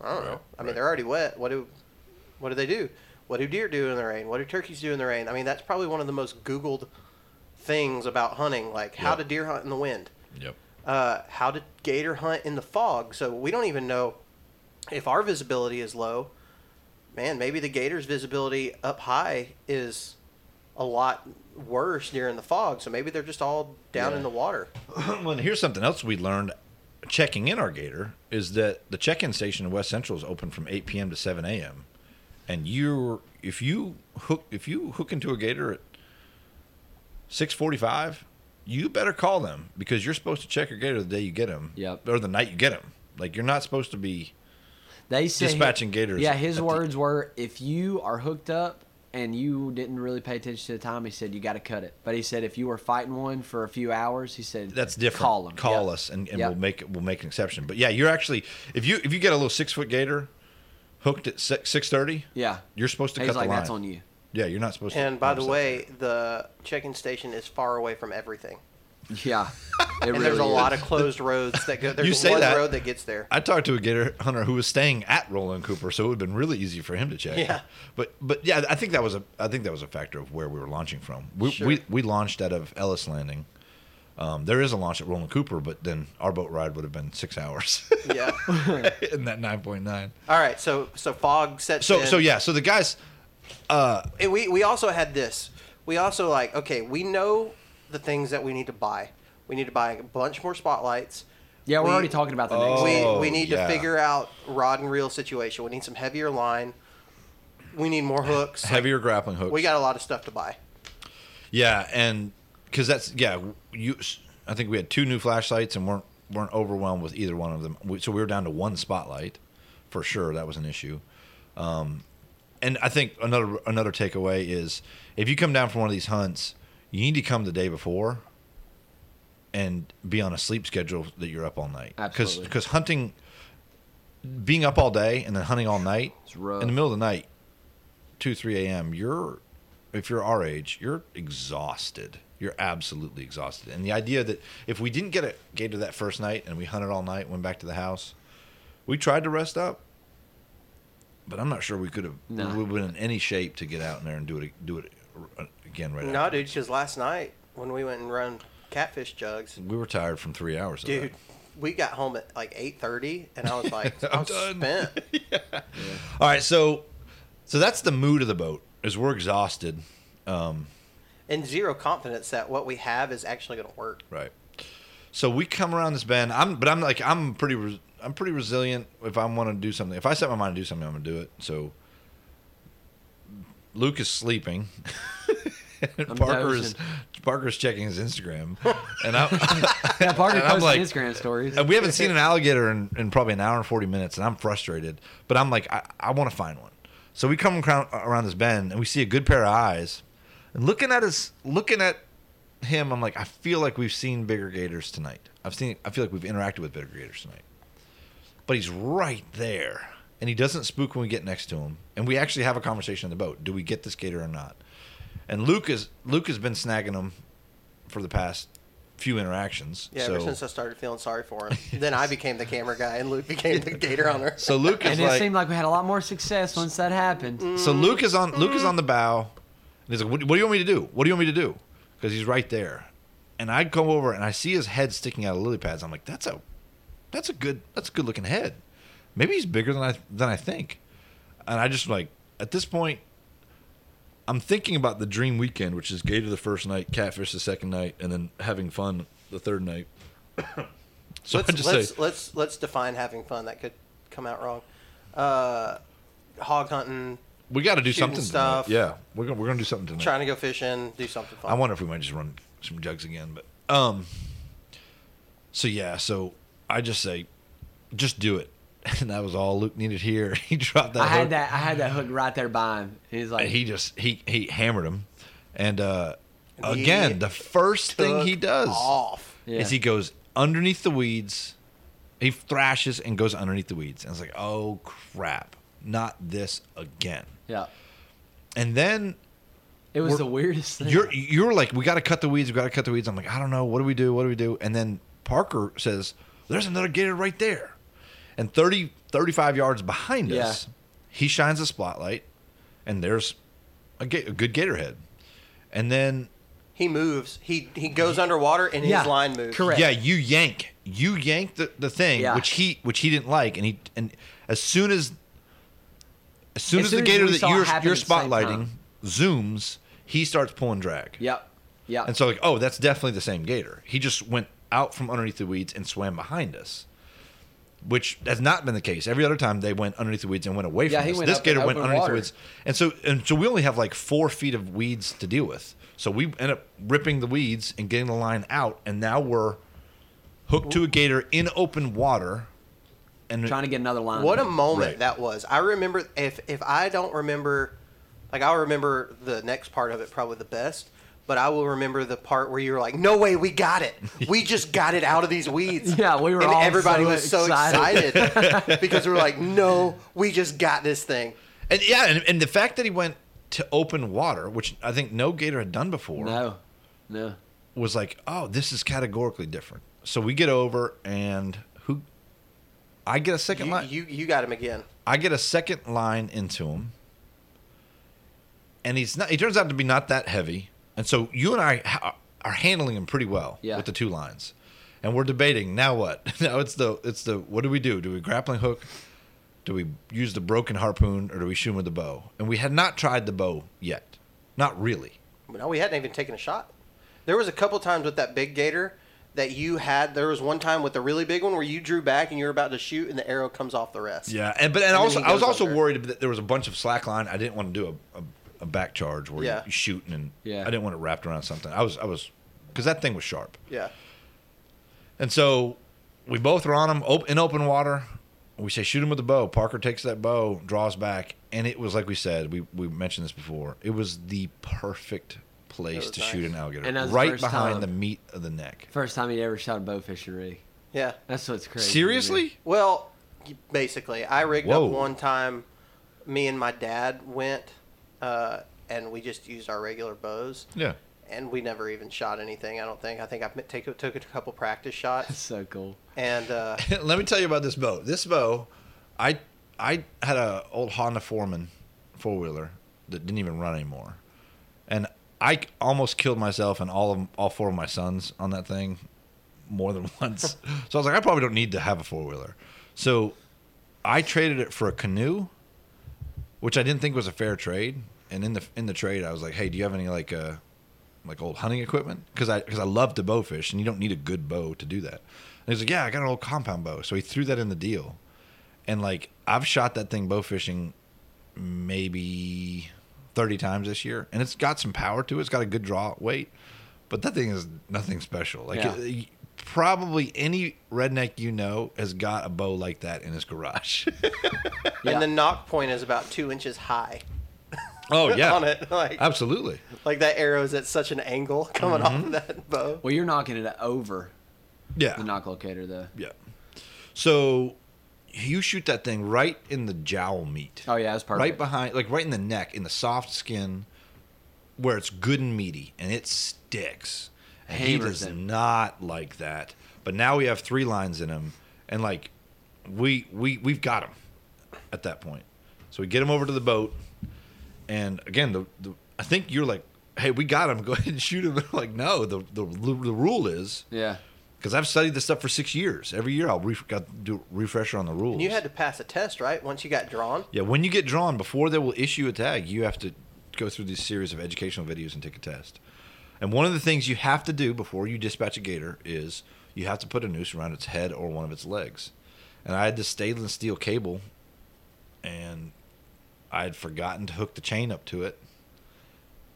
I don't know.
Right,
I mean,
right.
they're already wet. What do what do they do? What do deer do in the rain? What do turkeys do in the rain? I mean, that's probably one of the most googled things about hunting. Like, how
Yep.
to deer hunt in the wind?
yep.
uh, how to gator hunt in the fog. So we don't even know if our visibility is low. man, maybe the gator's visibility up high is a lot worse during the fog. So maybe they're just all down in the water.
*coughs* well, and here's something else we learned checking in our gator is that the check-in station in West Central is open from 8 p.m. to 7 a.m. And you're if you hook if you hook into a gator at 6:45, you better call them because you're supposed to check your gator the day you get them,
Yep.
or the night you get them. Like you're not supposed to be.
They say
Dispatching gators
Yeah,
at
his
the-
words were, "If you are hooked up and you didn't really pay attention to the time, he said you got to cut it." But he said if you were fighting one for a few hours, he said
That's different.
Call him.
Call us, and, and
Yep.
we'll make we'll make an exception. But yeah, you're actually if you if you get a little six foot gator hooked at six six thirty,
Yeah,
you're supposed to
he's
cut
like,
the line.
"That's on you."
Yeah, you're not supposed to.
And by the
stop.
way, the check-in station is far away from everything.
*laughs* Yeah, It
*laughs* And
really
there's a
is.
lot of closed roads
*laughs*
that go. There's
say
one
that.
road that gets there.
I talked to a gator hunter who was staying at Roland Cooper, so it would have been really easy for him to check.
Yeah.
But but yeah, I think that was a I think that was a factor of where we were launching from. We
Sure.
we, we launched out of Ellis Landing. Um, there is a launch at Roland Cooper, but then our boat ride would have been six hours *laughs*
Yeah.
in that nine point nine.
All right. So so fog sets
So
in.
so yeah, so the guys
And we we also had this. We also like okay. We know the things that we need to buy. We need to buy a bunch more spotlights.
Yeah, we're
We- *laughs*
already talking about the next. *laughs*
Oh.
one.
we we need
yeah.
to figure out rod and reel situation. We need some heavier line. We need more hooks.
heavier grappling hooks.
We got a lot of stuff to buy.
Yeah, and because that's yeah, you. I think we had two new flashlights and weren't weren't overwhelmed with either one of them. We- So we were down to one spotlight, for sure. That was an issue. Um, and I think another another takeaway is if you come down from one of these hunts, you need to come the day before. And be on a sleep schedule that you're up all night.
Absolutely.
Because hunting, being up all day and then hunting all night
It's rough.
in the middle of the night, two three a.m. You're if you're our age, you're exhausted. You're absolutely exhausted. And the idea that if we didn't get a gator that first night and we hunted all night, went back to the house, we tried to rest up, but I'm not sure we could have.
No.
We would have been in any shape to get out in there and do it do it uh, again right.
No,
after.
dude. Because last night when we went and run catfish jugs,
We were tired from three hours. of
dude.
that.
We got home at like eight thirty, and I was like,
*laughs* I'm
I'm,
done.
spent.
All right, so so that's the mood of the boat is we're exhausted.
and zero confidence that what we have is actually going to work.
Right. So we come around this bend. I'm, but I'm like, I'm pretty, res, I'm pretty resilient. If I want to do something, if I set my mind to do something, I'm gonna do it. So Luke is
*laughs*
sleeping.
I'm
Parker is
dozing.
Parker's checking his
*laughs*
Instagram, and I'm,
Yeah, Parker
and I'm
posted
like-
Instagram stories.
and Uh, we
*laughs*
haven't seen an alligator in, in probably an hour and forty minutes, and I'm frustrated. But I'm like, I, I want to find one. So we come around, around this bend, and we see a good pair of eyes, and looking at his, looking at him, I'm like, I feel like we've seen bigger gators tonight. I've seen, I feel like we've interacted with bigger gators tonight. But he's right there, and he doesn't spook when we get next to him, and we actually have a conversation in the boat. Do we get this gator or not? And Luke is Luke has been snagging him for the past few interactions.
Yeah,
so,
ever since I started feeling sorry for him, then I became the camera guy, and Luke became the gator hunter.
so Luke is
and it
like,
seemed like we had a lot more success once that
Mm.
happened.
So Luke is on Luke
mm-hmm.
is on the bow, and he's like, "What, what do you want me to do? What do you want me to do?" Because he's right there, and I come over and I see his head sticking out of lily pads. I'm like, "That's a, that's a good, that's a good looking head. Maybe he's bigger than I than I think." And I just like at this point, I'm thinking about the dream weekend, which is Gator the first night, Catfish the second night, and then having fun the third night. *coughs* so
*laughs* let's
I just
let's,
say,
let's let's define having fun. That could come out wrong. Uh, hog hunting,
we got to do
shooting
something.
stuff.
Tonight. Yeah, we're gonna, we're gonna do something tonight.
trying to go fishing, do something fun.
I wonder if we might just run some jugs again, but um. So yeah, so I just say, just do it, *laughs* and that was all Luke needed here. *laughs* He dropped that.
I
hook,
had that. I had that hook right there by him. And he's like,
Uh-huh. And he just he he hammered him, and uh,
He
again the first thing
Took
he does
off.
Yeah.
is he goes underneath the weeds. He thrashes and goes underneath the weeds, and it's like, oh crap, not this again.
yeah,
And then
it was
We're-
the weirdest thing.
you're you're like we got to cut the weeds we got to cut the weeds i'm like i don't know what do we do what do we do and then parker says there's another gator right there and 30 35 yards behind us
Yeah.
he shines a spotlight and there's a, ga- a good gator head and then
He moves. He he goes underwater, and
Yeah,
his line moves.
correct.
yeah you yank you yank the, the thing
Yeah.
which he which he didn't like and he and as soon as As soon as,
As
the
soon as
gator
we
that
saw it
you're,
happen
you're
at the same
spotlighting
time.
zooms, he starts pulling drag.
Yep. Yep.
And so, like, oh, that's definitely the same gator. He just went out from underneath the weeds and swam behind us, which has not been the case. Every other time they went underneath the weeds and went away
Yeah,
from
he
us.
went
this
up in
gator went
open
underneath
water.
the weeds, and so and so we only have like four feet of weeds to deal with. So we end up ripping the weeds and getting the line out, and now we're hooked to a gator in open water, and
trying to get another line.
What a moment
Right.
that was! I remember if if I don't remember, like I'll remember the next part of it probably the best, but I will remember the part where you were like, "No way, we got
*laughs*
it! We just got it out of these weeds!"
Yeah, we were
and
all
everybody
so
was so excited,
excited.
because we were
*laughs*
like, "No, we just got this thing."
and yeah, and, and the fact that he went to open water, which I think no gator had done before.
No. No.
was like, "Oh, this is categorically different." So we get over, and who? I get a second
You,
line.
you you got him again.
I get a second line into him, and he's not. He turns out to be not that heavy, and so you and I ha- are handling him pretty well
Yeah.
with the two lines, and we're debating now. What *laughs* now? It's the it's the what do we do? Do we grappling hook? Do we use the broken harpoon, or do we shoot him with the bow? And we had not tried the bow yet, not really.
No, we hadn't even taken a shot. There was a couple times with that big gator that you had. There was one time with the really big one where you drew back and you were about to shoot, and the arrow comes off the rest.
Yeah, and but and,
then
also
he
I was
goes
also
under.
worried that there was a bunch of slack line. I didn't want to do a, a, a back charge where
Yeah.
you're shooting and
Yeah.
I didn't want it wrapped around something. I was I was because that thing was sharp.
yeah.
And so we both are on him op- in open water. We say shoot him with the bow. Parker takes that bow, draws back, and it was like we said we we mentioned this before. It was the perfect place
was
to
nice.
shoot an alligator
And that was the
right
first
behind
time.
the meat of the neck.
First time he'd ever shot a bow fishing rig.
Yeah.
That's what's crazy. to me.
Seriously?
Well, basically, I rigged
Whoa.
up one time. Me and my dad went, uh, and we just used our regular bows,
Yeah.
and we never even shot anything. I don't think. I think I take, took a couple practice
*laughs*
That's
shots,
so cool.
and uh,
Let me tell you about this bow. This bow, I I had a old Honda Foreman four wheeler that didn't even run anymore, and I c- almost killed myself and all of all four of my sons on that thing more than *laughs* once. so I was like, I probably don't need to have a four wheeler. So I traded it for a canoe, which I didn't think was a fair trade. And in the in the trade, I was like, Hey, do you have any like uh like old hunting equipment? Because I because I love to bow fish, and you don't need a good bow to do that. And he's like, Yeah, I got an old compound bow. So he threw that in the deal, and like I've shot that thing bow fishing maybe thirty times this year, and it's got some power to it. It's got a good draw weight, but that thing is nothing special. Like.
Yeah.
it- Probably any redneck you know has got a bow like that in his garage.
Yeah.
and the knock point is about two inches high.
Oh *laughs* yeah,
on it, *laughs* like-
absolutely.
Like that arrow is at such an angle *laughs* coming
Mm-hmm.
off of that bow.
Well, you're knocking it over
Yeah,
the knock locator, though.
yeah. So you shoot that thing right in the jowl meat.
Oh, yeah, that's perfect.
Right behind, like right in the neck, in the soft skin, where it's good and meaty, and it sticks. And he
Hammers
does
it.
not like that. But now we have three lines in him, and like we we we've got him at that point. So we get him over to the boat, and again, the, the I think you're like, hey, we got him. *laughs* Go ahead and shoot him. They're like, no, the the, the rule is
Yeah.
because I've studied this stuff for six years. Every year I'll ref- got to do a refresher on the rules.
And you had to pass a test, right? Once you got drawn.
yeah, when you get drawn, before they will issue a tag, you have to go through these series of educational videos and take a test. And one of the things you have to do before you dispatch a gator is you have to put a noose around its head or one of its legs. And I had this stainless steel cable, and I had forgotten to hook the chain up to it.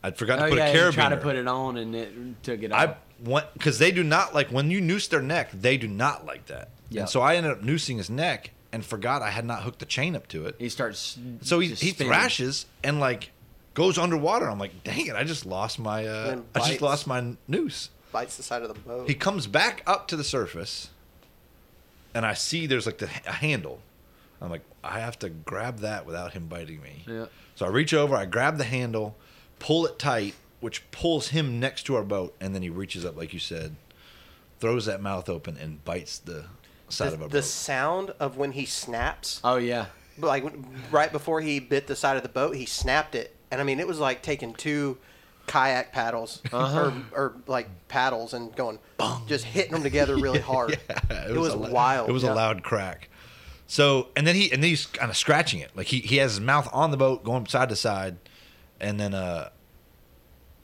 I'd forgotten
Oh,
to put
yeah.
a
You
carabiner.
tried to put it on and it took it
I
off.
want because they do not like when you noose their neck. They do not like that.
Yeah.
And so I ended up noosing his neck and forgot I had not hooked the chain up to it.
He starts.
So he
just
he
spinning.
thrashes and like goes underwater. I'm like, dang it! I just lost my uh,
And
I just
bites.
lost my noose.
Bites the side of the boat.
He comes back up to the surface, and I see there's like the, a handle. I'm like, I have to grab that without him biting me.
Yeah.
So I reach over, I grab the handle, pull it tight, which pulls him next to our boat, and then he reaches up, like you said, throws that mouth open and bites the side
the,
of our
the
boat.
sound of when he snaps,
Oh, yeah.
like when- right before he bit the side of the boat, he snapped it, and I mean it was like taking two kayak paddles
Uh-huh.
or, or like paddles and
*laughs*
going, just hitting them together really hard.
Yeah,
it, was,
a, lou-
wild.
It was
Yeah.
a loud crack. So and then he and then he's kind of scratching it, like he, he has his mouth on the boat, going side to side, and then uh,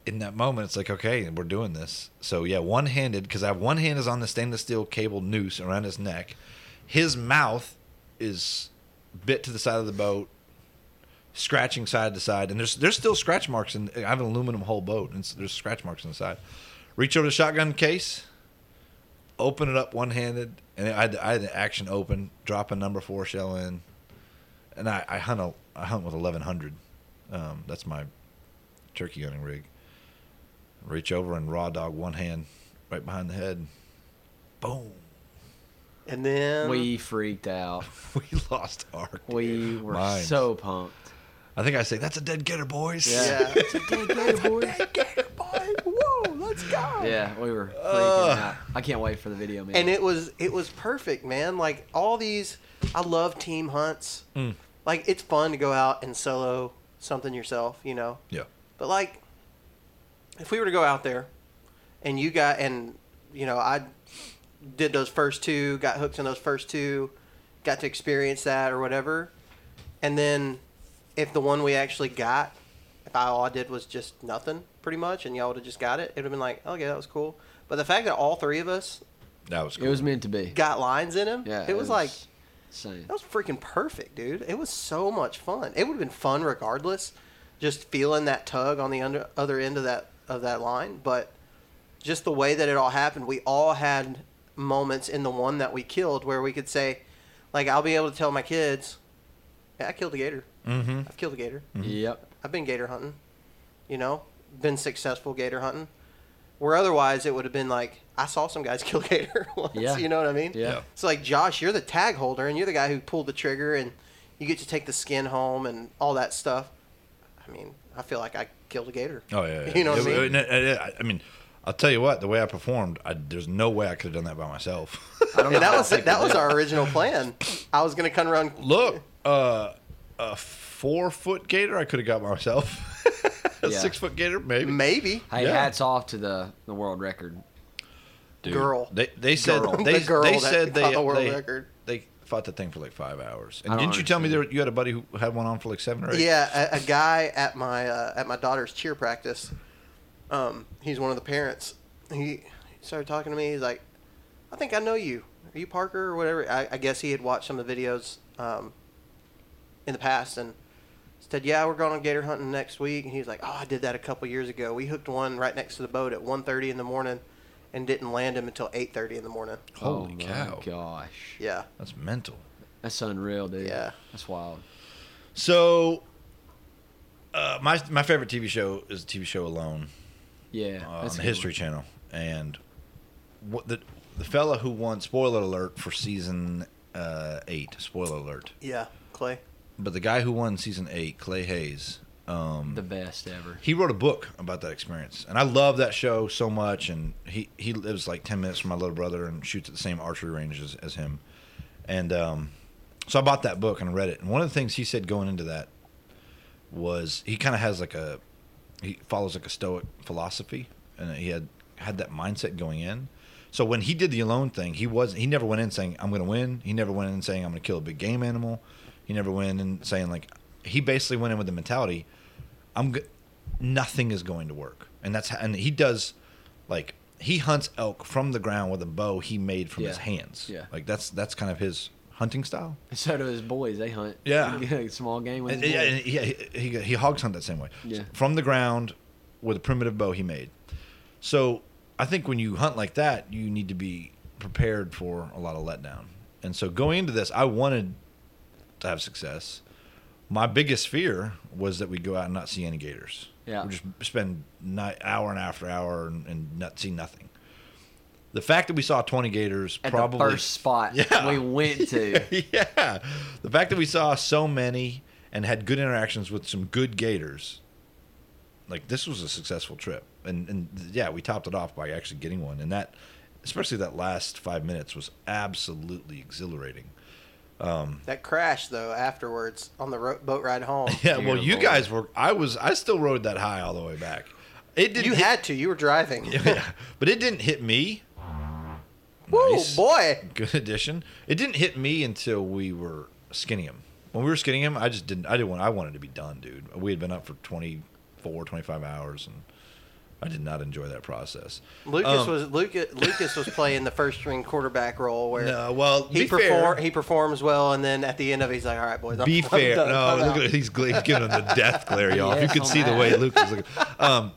in that moment it's like okay, we're doing this. So yeah, one handed because I have one hand is on the stainless steel cable noose around his neck, his mouth is bit to the side of the boat, scratching side to side, and there's there's still scratch marks in. I have an aluminum hull boat, and it's, there's scratch marks on the side. Reach over the shotgun case, open it up one handed, and I had, I had the action open, drop a number four shell in, and I, I hunt a I hunt with eleven hundred. Um, that's my turkey hunting rig. Reach over and raw dog one hand right behind the head. Boom. *laughs*
And then
We freaked out.
We lost arc.
We were
Minds.
so pumped.
I think I say that's a dead getter, boys.
yeah,
*laughs* *laughs* Yeah, we were freaking out. I can't wait for the video, man.
and it was it was perfect, man. Like all these, I love team hunts.
Mm.
Like it's fun to go out and solo something yourself, you know.
Yeah.
But like, if we were to go out there, and you got and you know I did those first two, got hooked on those first two, got to experience that or whatever, and then if the one we actually got, if I, all I did was just nothing pretty much, and y'all would have just got it, it would have been like okay that was cool. But the fact that all three of us
That was cool.
It was meant to be.
got lines in him,
Yeah,
it, was like
insane.
that was freaking perfect, dude. It was so much fun. It would have been fun regardless, just feeling that tug on the under, other end of that of that line. But just the way that it all happened, we all had moments in the one that we killed where we could say, like, I'll be able to tell my kids, yeah, I killed a gator. Mm-hmm. I've killed a gator.
Yep.
I've been gator hunting, you know, been successful gator hunting. Where otherwise it would have been like, I saw some guys *laughs* kill gator once.
Yeah.
You know what I mean?
Yeah.
It's like Josh, you're the tag holder and you're the guy who pulled the trigger and you get to take the skin home and all that stuff. I mean, I feel like I killed a gator.
Oh yeah, yeah.
You know what I
It-
mean?
it- it- it- I I mean, I'll tell you what. The way I performed, I, there's no way I could have done that by myself. *laughs*
I don't know.
And that
how
was
I think
that
we
was
did.
our original plan. I was gonna come around.
Look, uh, a four foot gator, I could have got myself. *laughs* a
Yeah.
six foot gator, maybe.
Maybe
Hey,
Yeah.
hats off to the the world record.
Dude,
girl.
They they said
Girl.
they,
The girl
they
that
said they
caught the world
they,
record.
they fought the thing for like five hours.
I
And
don't
didn't you tell me there, you had a buddy who had one on for like seven or eight?
Yeah, a, a guy at my uh, at my daughter's cheer practice. Um, he's one of the parents. He started talking to me. He's like, "I think I know you. Are you Parker or whatever?" I, I guess he had watched some of the videos um, in the past and said, "Yeah, we're going on gator hunting next week." And he's like, "Oh, I did that a couple years ago. We hooked one right next to the boat at 1.30 in the morning, and didn't land him until 8:30 in the morning."
Holy
oh
cow,
My gosh,
Yeah,
that's mental.
that's unreal, dude.
Yeah.
that's wild.
So, uh, my my favorite TV show is the TV show Alone.
Yeah,
uh, on
that's
the
a good
History Channel, and what the the fella who won spoiler alert for season uh, eight spoiler alert,
yeah, Clay.
but the guy who won season eight, Clay Hayes, um,
one. the best ever. *laughs*
he wrote a book about that experience, and I love that show so much. And he he lives like ten minutes from my little brother and shoots at the same archery range as, as him, and um, so I bought that book and read it. And one of the things he said going into that was he kind of has like a he follows like a stoic philosophy, and he had had that mindset going in. So when he did the alone thing, he was he never went in saying I'm going to win. He never went in saying I'm going to kill a big game animal. He never went in saying like he basically went in with the mentality I'm go- nothing is going to work, and that's how, and he does like he hunts elk from the ground with a bow he made from his
Yeah.
hands.
Yeah.
like that's that's kind of his hunting style.
So do his boys. They hunt. *laughs*
Yeah.
small game with
And,
his
yeah,
boys.
and yeah, he, he, he hogs hunt that same way.
Yeah.
From the ground with a primitive bow he made. So I think when you hunt like that, you need to be prepared for a lot of letdown. And so going into this, I wanted to have success. My biggest fear was that we'd go out and not see any gators.
Yeah.
We'd just spend night, hour and after hour and, and not see nothing. The fact that we saw 20 gators
At
probably
the first
*laughs*
spot
Yeah.
we went
*laughs*
to.
yeah. The fact that we saw so many and had good interactions with some good gators, like this was a successful trip. And and yeah, we topped it off by actually getting one. And that especially that last five minutes was absolutely exhilarating.
That crash though afterwards on the ro- boat ride home.
Yeah, well you
Beautiful.
guys were I was I still rode that high all the way back. It didn't
You
hit- *laughs*
had to. You were driving.
yeah, but it didn't hit me.
Woo,
Nice.
boy.
Good addition. It didn't hit me until we were skinning him. When we were skinning him, I just didn't. I didn't want. I wanted to be done, dude. We had been up for 24, 25 hours, and I did not enjoy that process.
Lucas
Um,
was Lucas, Lucas was playing the first string quarterback role where
No, well,
he
be fair.
he performs well and then at the end of it he's like all right boys *laughs* I'm,
Be
I'm
fair.
done. oh I'm
no,
out."
look at he's, gla- he's giving him the death glare,
*laughs*
y'all. if
Yeah,
you could
so
see the way
mad.
Luke was looking. Um,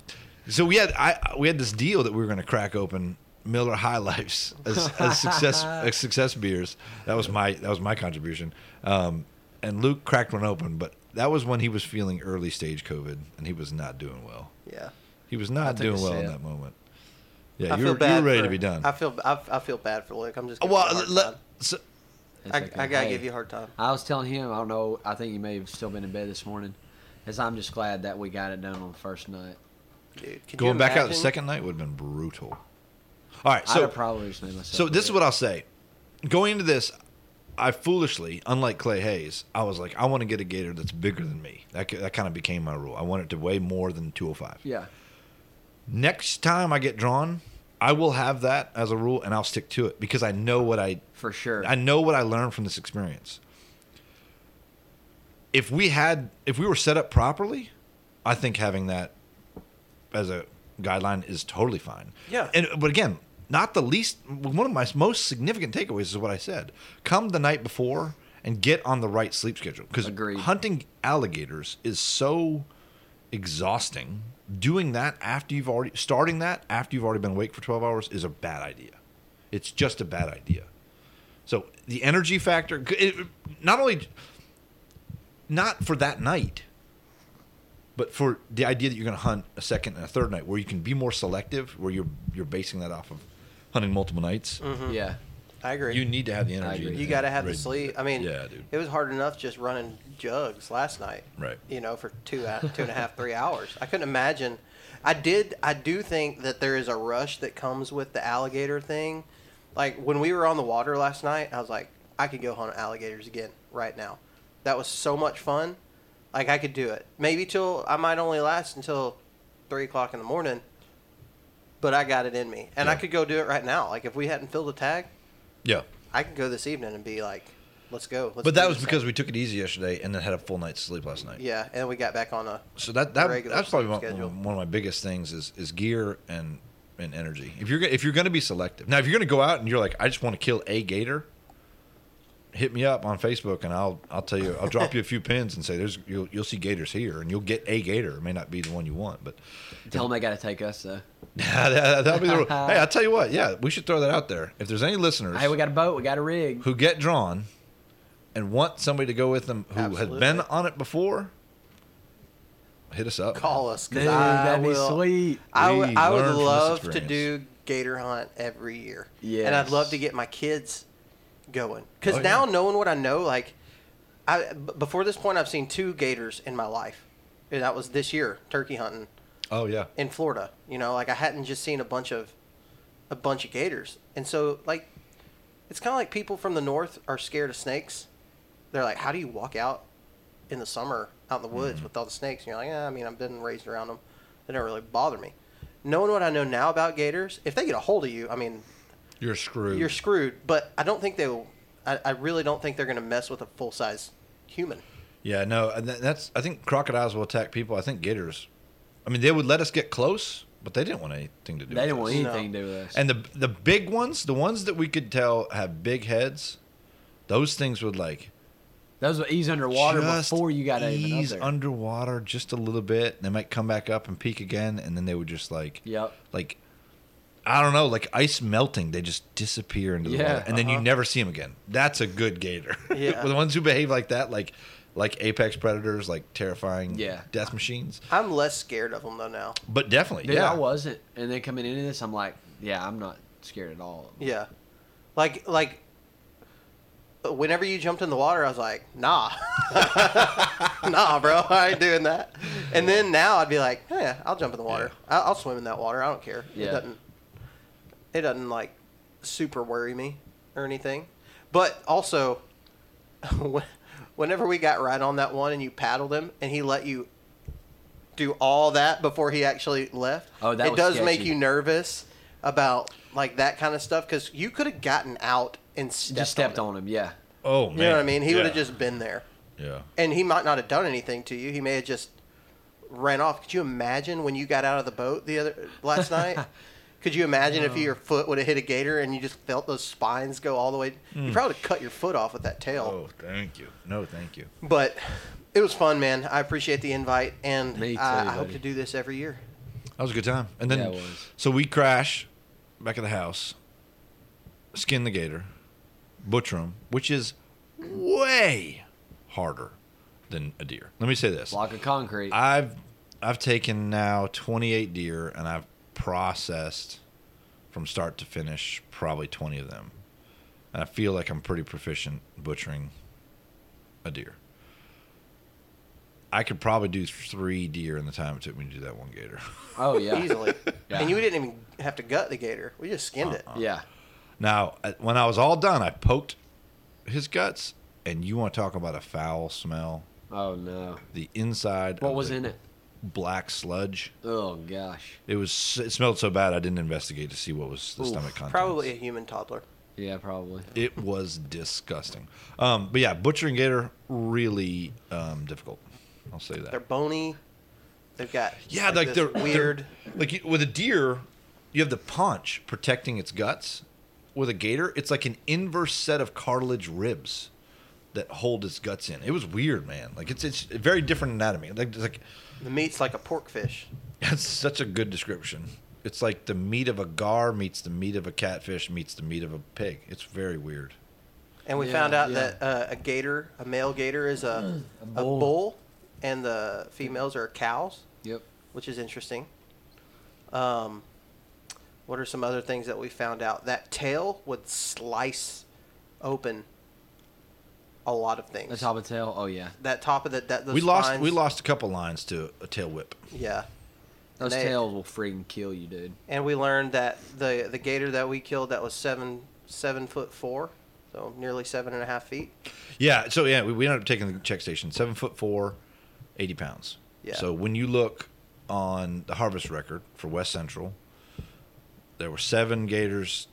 so we had I we had this deal that we were going to crack open Miller High Lifes as, as
*laughs*
success as success beers. That was my that was my contribution. Um, and Luke cracked one open, but that was when he was feeling early stage COVID, and he was not doing well.
yeah
He was not
took a
doing well in
sip.
that moment. Yeah,
I feel
you were, you were
bad
ready
for-
to be done.
I feel I, I feel bad for Luke I'm just giving you a
well,
hard
let,
time.
so,
It's
I,
okay.
I gotta
Hey,
give you a hard time
I was telling him, I don't know, I think you may have still been in bed this morning, as I'm just glad that we got it done on the first night.
dude Could you
going back out the
imagine?
second night would have been brutal. All right,
I'd
so
have probably just made myself.
So this is
do
what I'll say. Going into this, I foolishly, unlike Clay Hayes, I was like, I want to get a gator that's bigger than me. That, that kind of became my rule. I want it to weigh more than 205.
it. Yeah.
Next time I get drawn, I will have that as a rule and I'll stick to it because I know what I
For sure.
I know what I learned from this experience. If we had if we were set up properly, I think having that as a guideline is totally fine.
Yeah.
And but again, not the least one of my most significant takeaways is what I said. Come the night before and get on the right sleep schedule because
Agreed.
hunting alligators is so exhausting. Doing that after you've already starting that after you've already been awake for 12 hours is a bad idea. It's just a bad idea. So the energy factor, it, not only not for that night, but for the idea that you're going to hunt a second and a third night, where you can be more selective, where you're you're basing that off of hunting multiple nights.
Mm-hmm.
yeah.
I agree
You need to have the energy.
Mm. agree.
to
need
you got to have the
ready-
sleep. I mean,
yeah, dude.
it was hard enough just running jugs last night.
Right.
You know, for two, hou- two and a half, three hours. I couldn't imagine. I did. I do think that there is a rush that comes with the alligator thing. Like when we were on the water last night, I was like, I could go hunt alligators again right now. That was so much fun. Like I could do it. Maybe till I might only last until three o'clock in the morning. But I got it in me, and I
Yeah.
could go do it right now. Like if we hadn't filled a tag,
Yeah,
I could go this evening and be like, let's go. Let's
but
do
that was
this
because
thing.
we took it easy yesterday and then had a full night's sleep last night.
Yeah, and then we got back on a.
So that, that
regular
that's probably
sleep
one,
schedule.
one of my biggest things is is gear and and energy. If you're go- if you're going to be selective now, if you're going to go out and you're like, I just want to kill a gator, hit me up on Facebook and I'll I'll tell you I'll drop you a few pins and say there's you'll you'll see gators here and you'll get a gator. It may not be the one you want, but *laughs*
Tell them they got to take us though.
that, that'll be the rule. Hey, I'll tell you what. Yeah, we should throw that out there. If there's any listeners
Hey, we got a boat. We got a rig.
who get drawn and want somebody to go with them who
Absolutely.
has been on it before, hit us up.
Call us. 'cause
Dude,
I
that'd be
will-
sweet.
I would-
We
I would
learn from this
love to
experience.
do gator hunt every year. And I'd
Yes.
love to get my kids going. Because
Oh,
now
yeah.
knowing what I know, like, I b- before this point, I've seen two gators in my life. And that was this year, turkey hunting.
Oh yeah.
in Florida. You know, like I hadn't just seen a bunch of a bunch of gators. And so like it's kind of like people from the north are scared of snakes. They're like, "How do you walk out in the summer out in the woods with all the snakes?" And you're like, "Yeah, I mean, I've been raised around them. They don't really bother me." Knowing what I know now about gators, if they get a hold of you, I mean,
You're screwed.
you're screwed. But I don't think they will. I, I really don't think they're going to mess with a full size human.
Yeah, no, and that- that's. I think crocodiles will attack people. I think gators. I mean, they would let us get close, but they didn't want anything to do.
They
with
didn't
us.
want
No.
anything to do with us.
And the the big ones, the ones that we could tell have big heads, those things would like
Those were ease underwater
just
before you got even up
ease
there.
underwater just a little bit. They might come back up and peek again, and then they would just like
Yep.
like I don't know, like ice melting. They just disappear into the
Yeah,
water, and then you never see them again. That's a good gator.
Uh-huh.
*laughs*
Yeah.
the ones who behave like that, like like apex predators, like terrifying
Yeah.
death machines.
I'm less scared of them though now.
But definitely,
Dude,
yeah,
I wasn't. And then coming into this, I'm like, yeah, I'm not scared at all.
Yeah. Like like whenever you jumped in the water, I was like, nah. *laughs* nah, bro, I ain't doing that. And then now I'd be like, yeah, I'll jump in the water. I'll, I'll swim in that water. I don't care. It
Yeah.
doesn't it doesn't like super worry me or anything. But also *laughs* when- whenever we got right on that one and you paddled him and he let you do all that before he actually left.
Oh, that
it
was
does make
sketchy.
you nervous about like that kind of stuff because you could have gotten out and stepped
just stepped
on.
on him. Yeah.
Oh man.
it. You know what I mean? He
Yeah.
would have just been there,
Yeah.
and he might not have done anything to you. He may have just ran off. Could you imagine when you got out of the boat the other last
*laughs*
night? Could you imagine if your foot would have hit a gator and you just felt those spines go all the way?
Mm.
You probably would've cut your foot off with that tail.
Oh, thank you. No, thank you.
But it was fun, man. I appreciate the invite, and
Me too,
I, I hope
buddy.
to do this every year.
That was a good time. And then
Yeah, it was.
so we crash back at the house, skin the gator, butcher him, which is way harder than a deer. Let me say this.
Block of concrete.
I've I've taken now 28 deer and I've processed from start to finish probably 20 of them. And I feel like I'm pretty proficient butchering a deer. I could probably do three deer in the time it took me to do that one gator. *laughs*
oh
*laughs*
yeah.
Easily.
*laughs* Yeah. Uh-uh.
And you didn't even have to gut the gator. We just skinned it.
Yeah.
Now, I- when I was all done, I poked his guts, and you want to talk about a foul smell?
Oh no.
The inside.
What
of
was
the
in it?
Black sludge.
Oh gosh.
It was. It smelled so bad. I didn't investigate to see what was the
Oof,
stomach contents.
Probably a human toddler.
Yeah, probably.
It was disgusting. Um, but yeah, butchering gator really um, difficult. I'll say that.
They're bony. They've got
yeah, like, they're
this weird.
they're- like you- with a deer, you have the paunch protecting its guts. With a gator, it's like an inverse set of cartilage ribs that hold its guts in. It was weird, man. Like it's it's very different anatomy. Like it's like *laughs*
the meat's like a pork fish.
that's such a good description. It's like the meat of a gar meets the meat of a catfish meets the meat of a pig. It's very weird.
And we
Yeah,
found out
yeah.
that uh, a gator, a male gator, is
*clears throat*
a, a, bull.
bull.
and the females are cows,
Yep.
which is interesting. Um, what are some other things that we found out? That tail would slice open a lot of things.
That's hobbit tail. Oh yeah.
that top of the that those
we lost
spines-
we lost a couple lines to a tail whip.
yeah
Those
They-
tails will freaking kill you, dude.
and we learned that the the gator that we killed that was seven seven foot four so nearly seven and a half feet
Yeah, so yeah, we, we ended up taking the check station. Seven foot four, 80 pounds.
Yeah.
So when you look on the harvest record for West Central, there were seven gators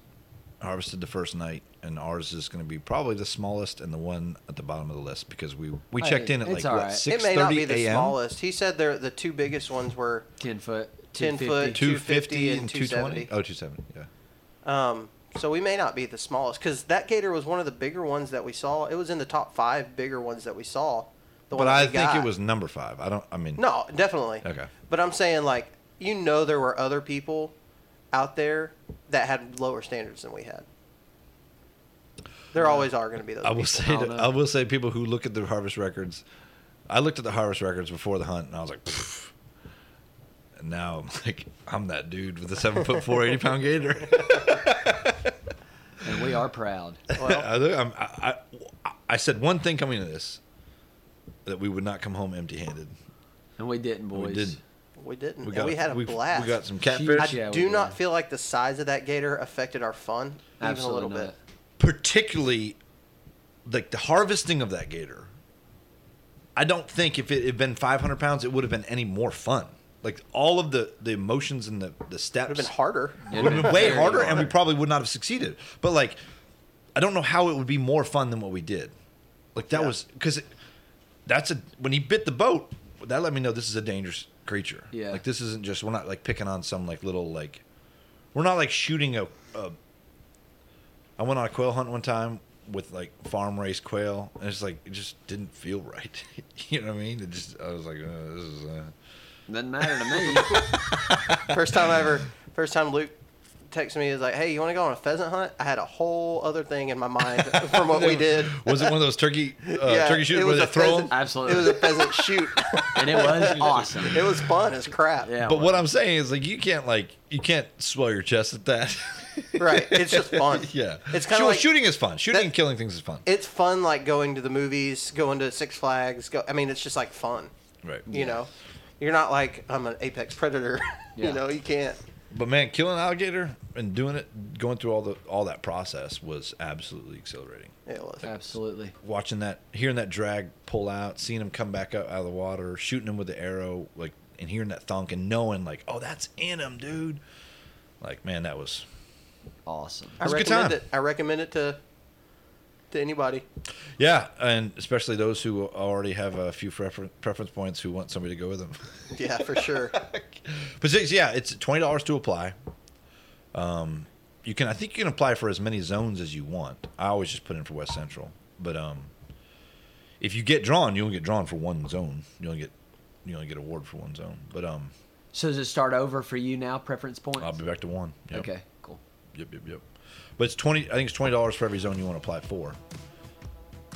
harvested the first night, and ours is going to be probably the smallest and the one at the bottom of the list because we we
Hey,
checked in at
it's
like
all
what
right.
six
it may not
thirty
be the
a.m.
smallest he said they're the two biggest ones were
Ten foot.
10 foot,
250.
Two fifty
250
and
and
two twenty.
270.
Oh, 270, Yeah.
um so we may not be the smallest because that gator was one of the bigger ones that we saw it was in the top five bigger ones that we saw the one
But
that
I
we
think
got.
it was number five. I don't. I mean,
No, definitely.
Okay.
But I'm saying like you know there were other people out there that had lower standards than we had. There always are going to be those.
Uh, I will
people.
say,
I don't
to-
know.
I will say, people who look at the harvest records. I looked at the harvest records before the hunt, and I was like, "Pfft." and now I'm *laughs* like, I'm that dude with the seven foot four, eighty pound gator. *laughs*
And we are proud.
*laughs* I, look- I'm- I, I, I said one thing coming to this that we would not come home empty handed.
And we didn't, boys.
We did.
we didn't.
We
and
got.
we had a blast.
We got some
I
catfish,
Yeah, we
do
did.
not feel like the size of that gator affected our fun even
Absolutely
a little bit.
not.
particularly like the harvesting of that gator. I don't think if it had been 500 pounds, it would have been any more fun. Like all of the the emotions and the the steps
It would have been harder.
It
would have been *laughs* way
very
harder, and we
hard.
probably would not have succeeded. But like, I don't know how it would be more fun than what we did. Like that
Yeah.
was because that's a when he bit the boat. That let me know this is a dangerous creature.
Yeah.
like this isn't just we're not like picking on some like little like we're not like shooting a. a I went on a quail hunt one time with like farm raised quail, and it's like it just didn't feel right. *laughs* you know what I mean? It just I was like, uh, this is. Uh,
Doesn't matter to
*laughs* *laughs*
me.
First time I ever. First time Luke texted me is like, "Hey, you want to go on a pheasant hunt?" I had a whole other thing in my mind
*laughs*
from what we did.
Was it one of those turkey
*laughs*
uh, turkey shoots
it
where
was
they
a
throw them?
pheasant-
Absolutely.
It was a
*laughs*
pheasant shoot. *laughs*
and it was *laughs* awesome.
it was fun as crap.
Yeah.
But what I'm saying is, like, you can't like you can't swell your chest at that. *laughs*
Right. It's just fun.
yeah,
It's kind of
Sure,
like
shooting is fun. Shooting
that-
and killing things is fun.
It's fun, like going to the movies, going to Six Flags. Go. I mean, it's just like fun.
right.
You know, you're not like I'm an apex predator. *laughs*
Yeah.
you know, you can't.
But man, killing an alligator and doing it, going through all the all that process was absolutely exhilarating.
It was.
Absolutely.
Watching that, hearing that drag pull out, seeing him come back up out of the water, shooting him with the arrow, like, and hearing that thunk and knowing, like, oh, that's in him, dude. Like, man, that was
awesome.
I
was a good
recommend
time.
it. I recommend it to to anybody.
Yeah, and especially those who already have a few prefer- preference points who want somebody to go with them. *laughs*
Yeah, for sure.
but six, yeah, it's twenty dollars to apply. Um, you can, I think, you can apply for as many zones as you want. I always just put in for West Central, but um, if you get drawn, you only get drawn for one zone. You only get, you only get award for one zone. But um,
So does it start over for you now? Preference points.
I'll be back to one. Yep.
Okay, cool.
Yep, yep, yep. But it's twenty. I think it's twenty dollars for every zone you want to apply for.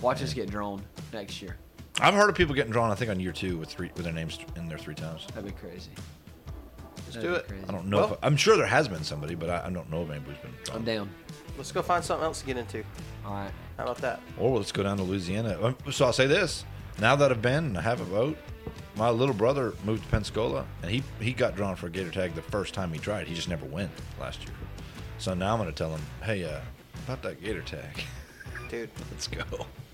Watch us get drawn next year.
I've heard of people getting drawn. I think on year two with three with their names in there three times.
That'd be crazy.
Let's
That'd
do
be
it.
crazy.
I don't know. if, I'm sure there has been somebody, but I, I don't know if anybody's been. Drawn.
I'm down.
Let's go find something else to get into.
All right.
How about that?
Or let's go down to Louisiana. Um, So I'll say this: now that I've been and I have a vote, my little brother moved to Pensacola, and he he got drawn for a gator tag the first time he tried. He just never went last year. So now I'm going to tell him, hey, uh, about that gator tag. *laughs*
Dude,
let's go.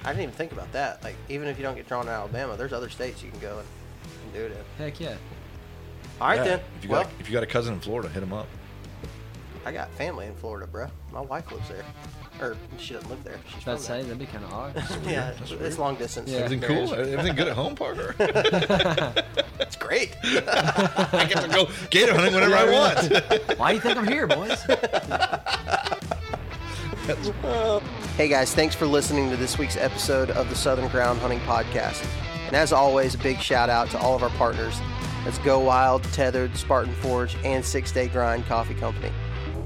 I didn't even think about that. Like, even if you don't get drawn in Alabama, there's other states you can go and, and do it in.
Heck yeah.
All right,
Yeah,
then.
If you
well,
got if you got a cousin in Florida, hit him up.
I got family in Florida, bro. My wife lives there. Or, she doesn't live there. She's from
About to say
there.
that'd be kind of odd.
Yeah,
That's weird.
it's long distance.
Yeah.
Everything
marriage.
cool? Everything good at home, Parker?
It's great.
*laughs* I get to go gator hunting whenever I want.
*laughs* Why do you think I'm here, boys?
Hey guys, thanks for listening to this week's episode of the Southern Ground Hunting Podcast. And as always, a big shout out to all of our partners. That's Go Wild, Tethered, Spartan Forge, and Six Day Grind Coffee Company.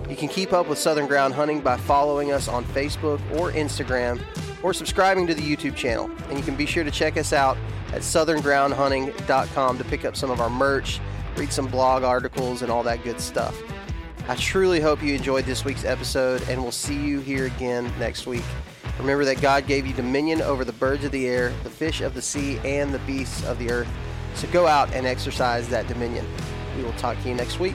You can keep up with Southern Ground Hunting by following us on Facebook or Instagram or subscribing to the YouTube channel. And you can be sure to check us out at southerngroundhunting.com to pick up some of our merch, read some blog articles, and all that good stuff. I truly hope you enjoyed this week's episode, and we'll see you here again next week. Remember that God gave you dominion over the birds of the air, the fish of the sea, and the beasts of the earth. So go out and exercise that dominion. We will talk to you next week.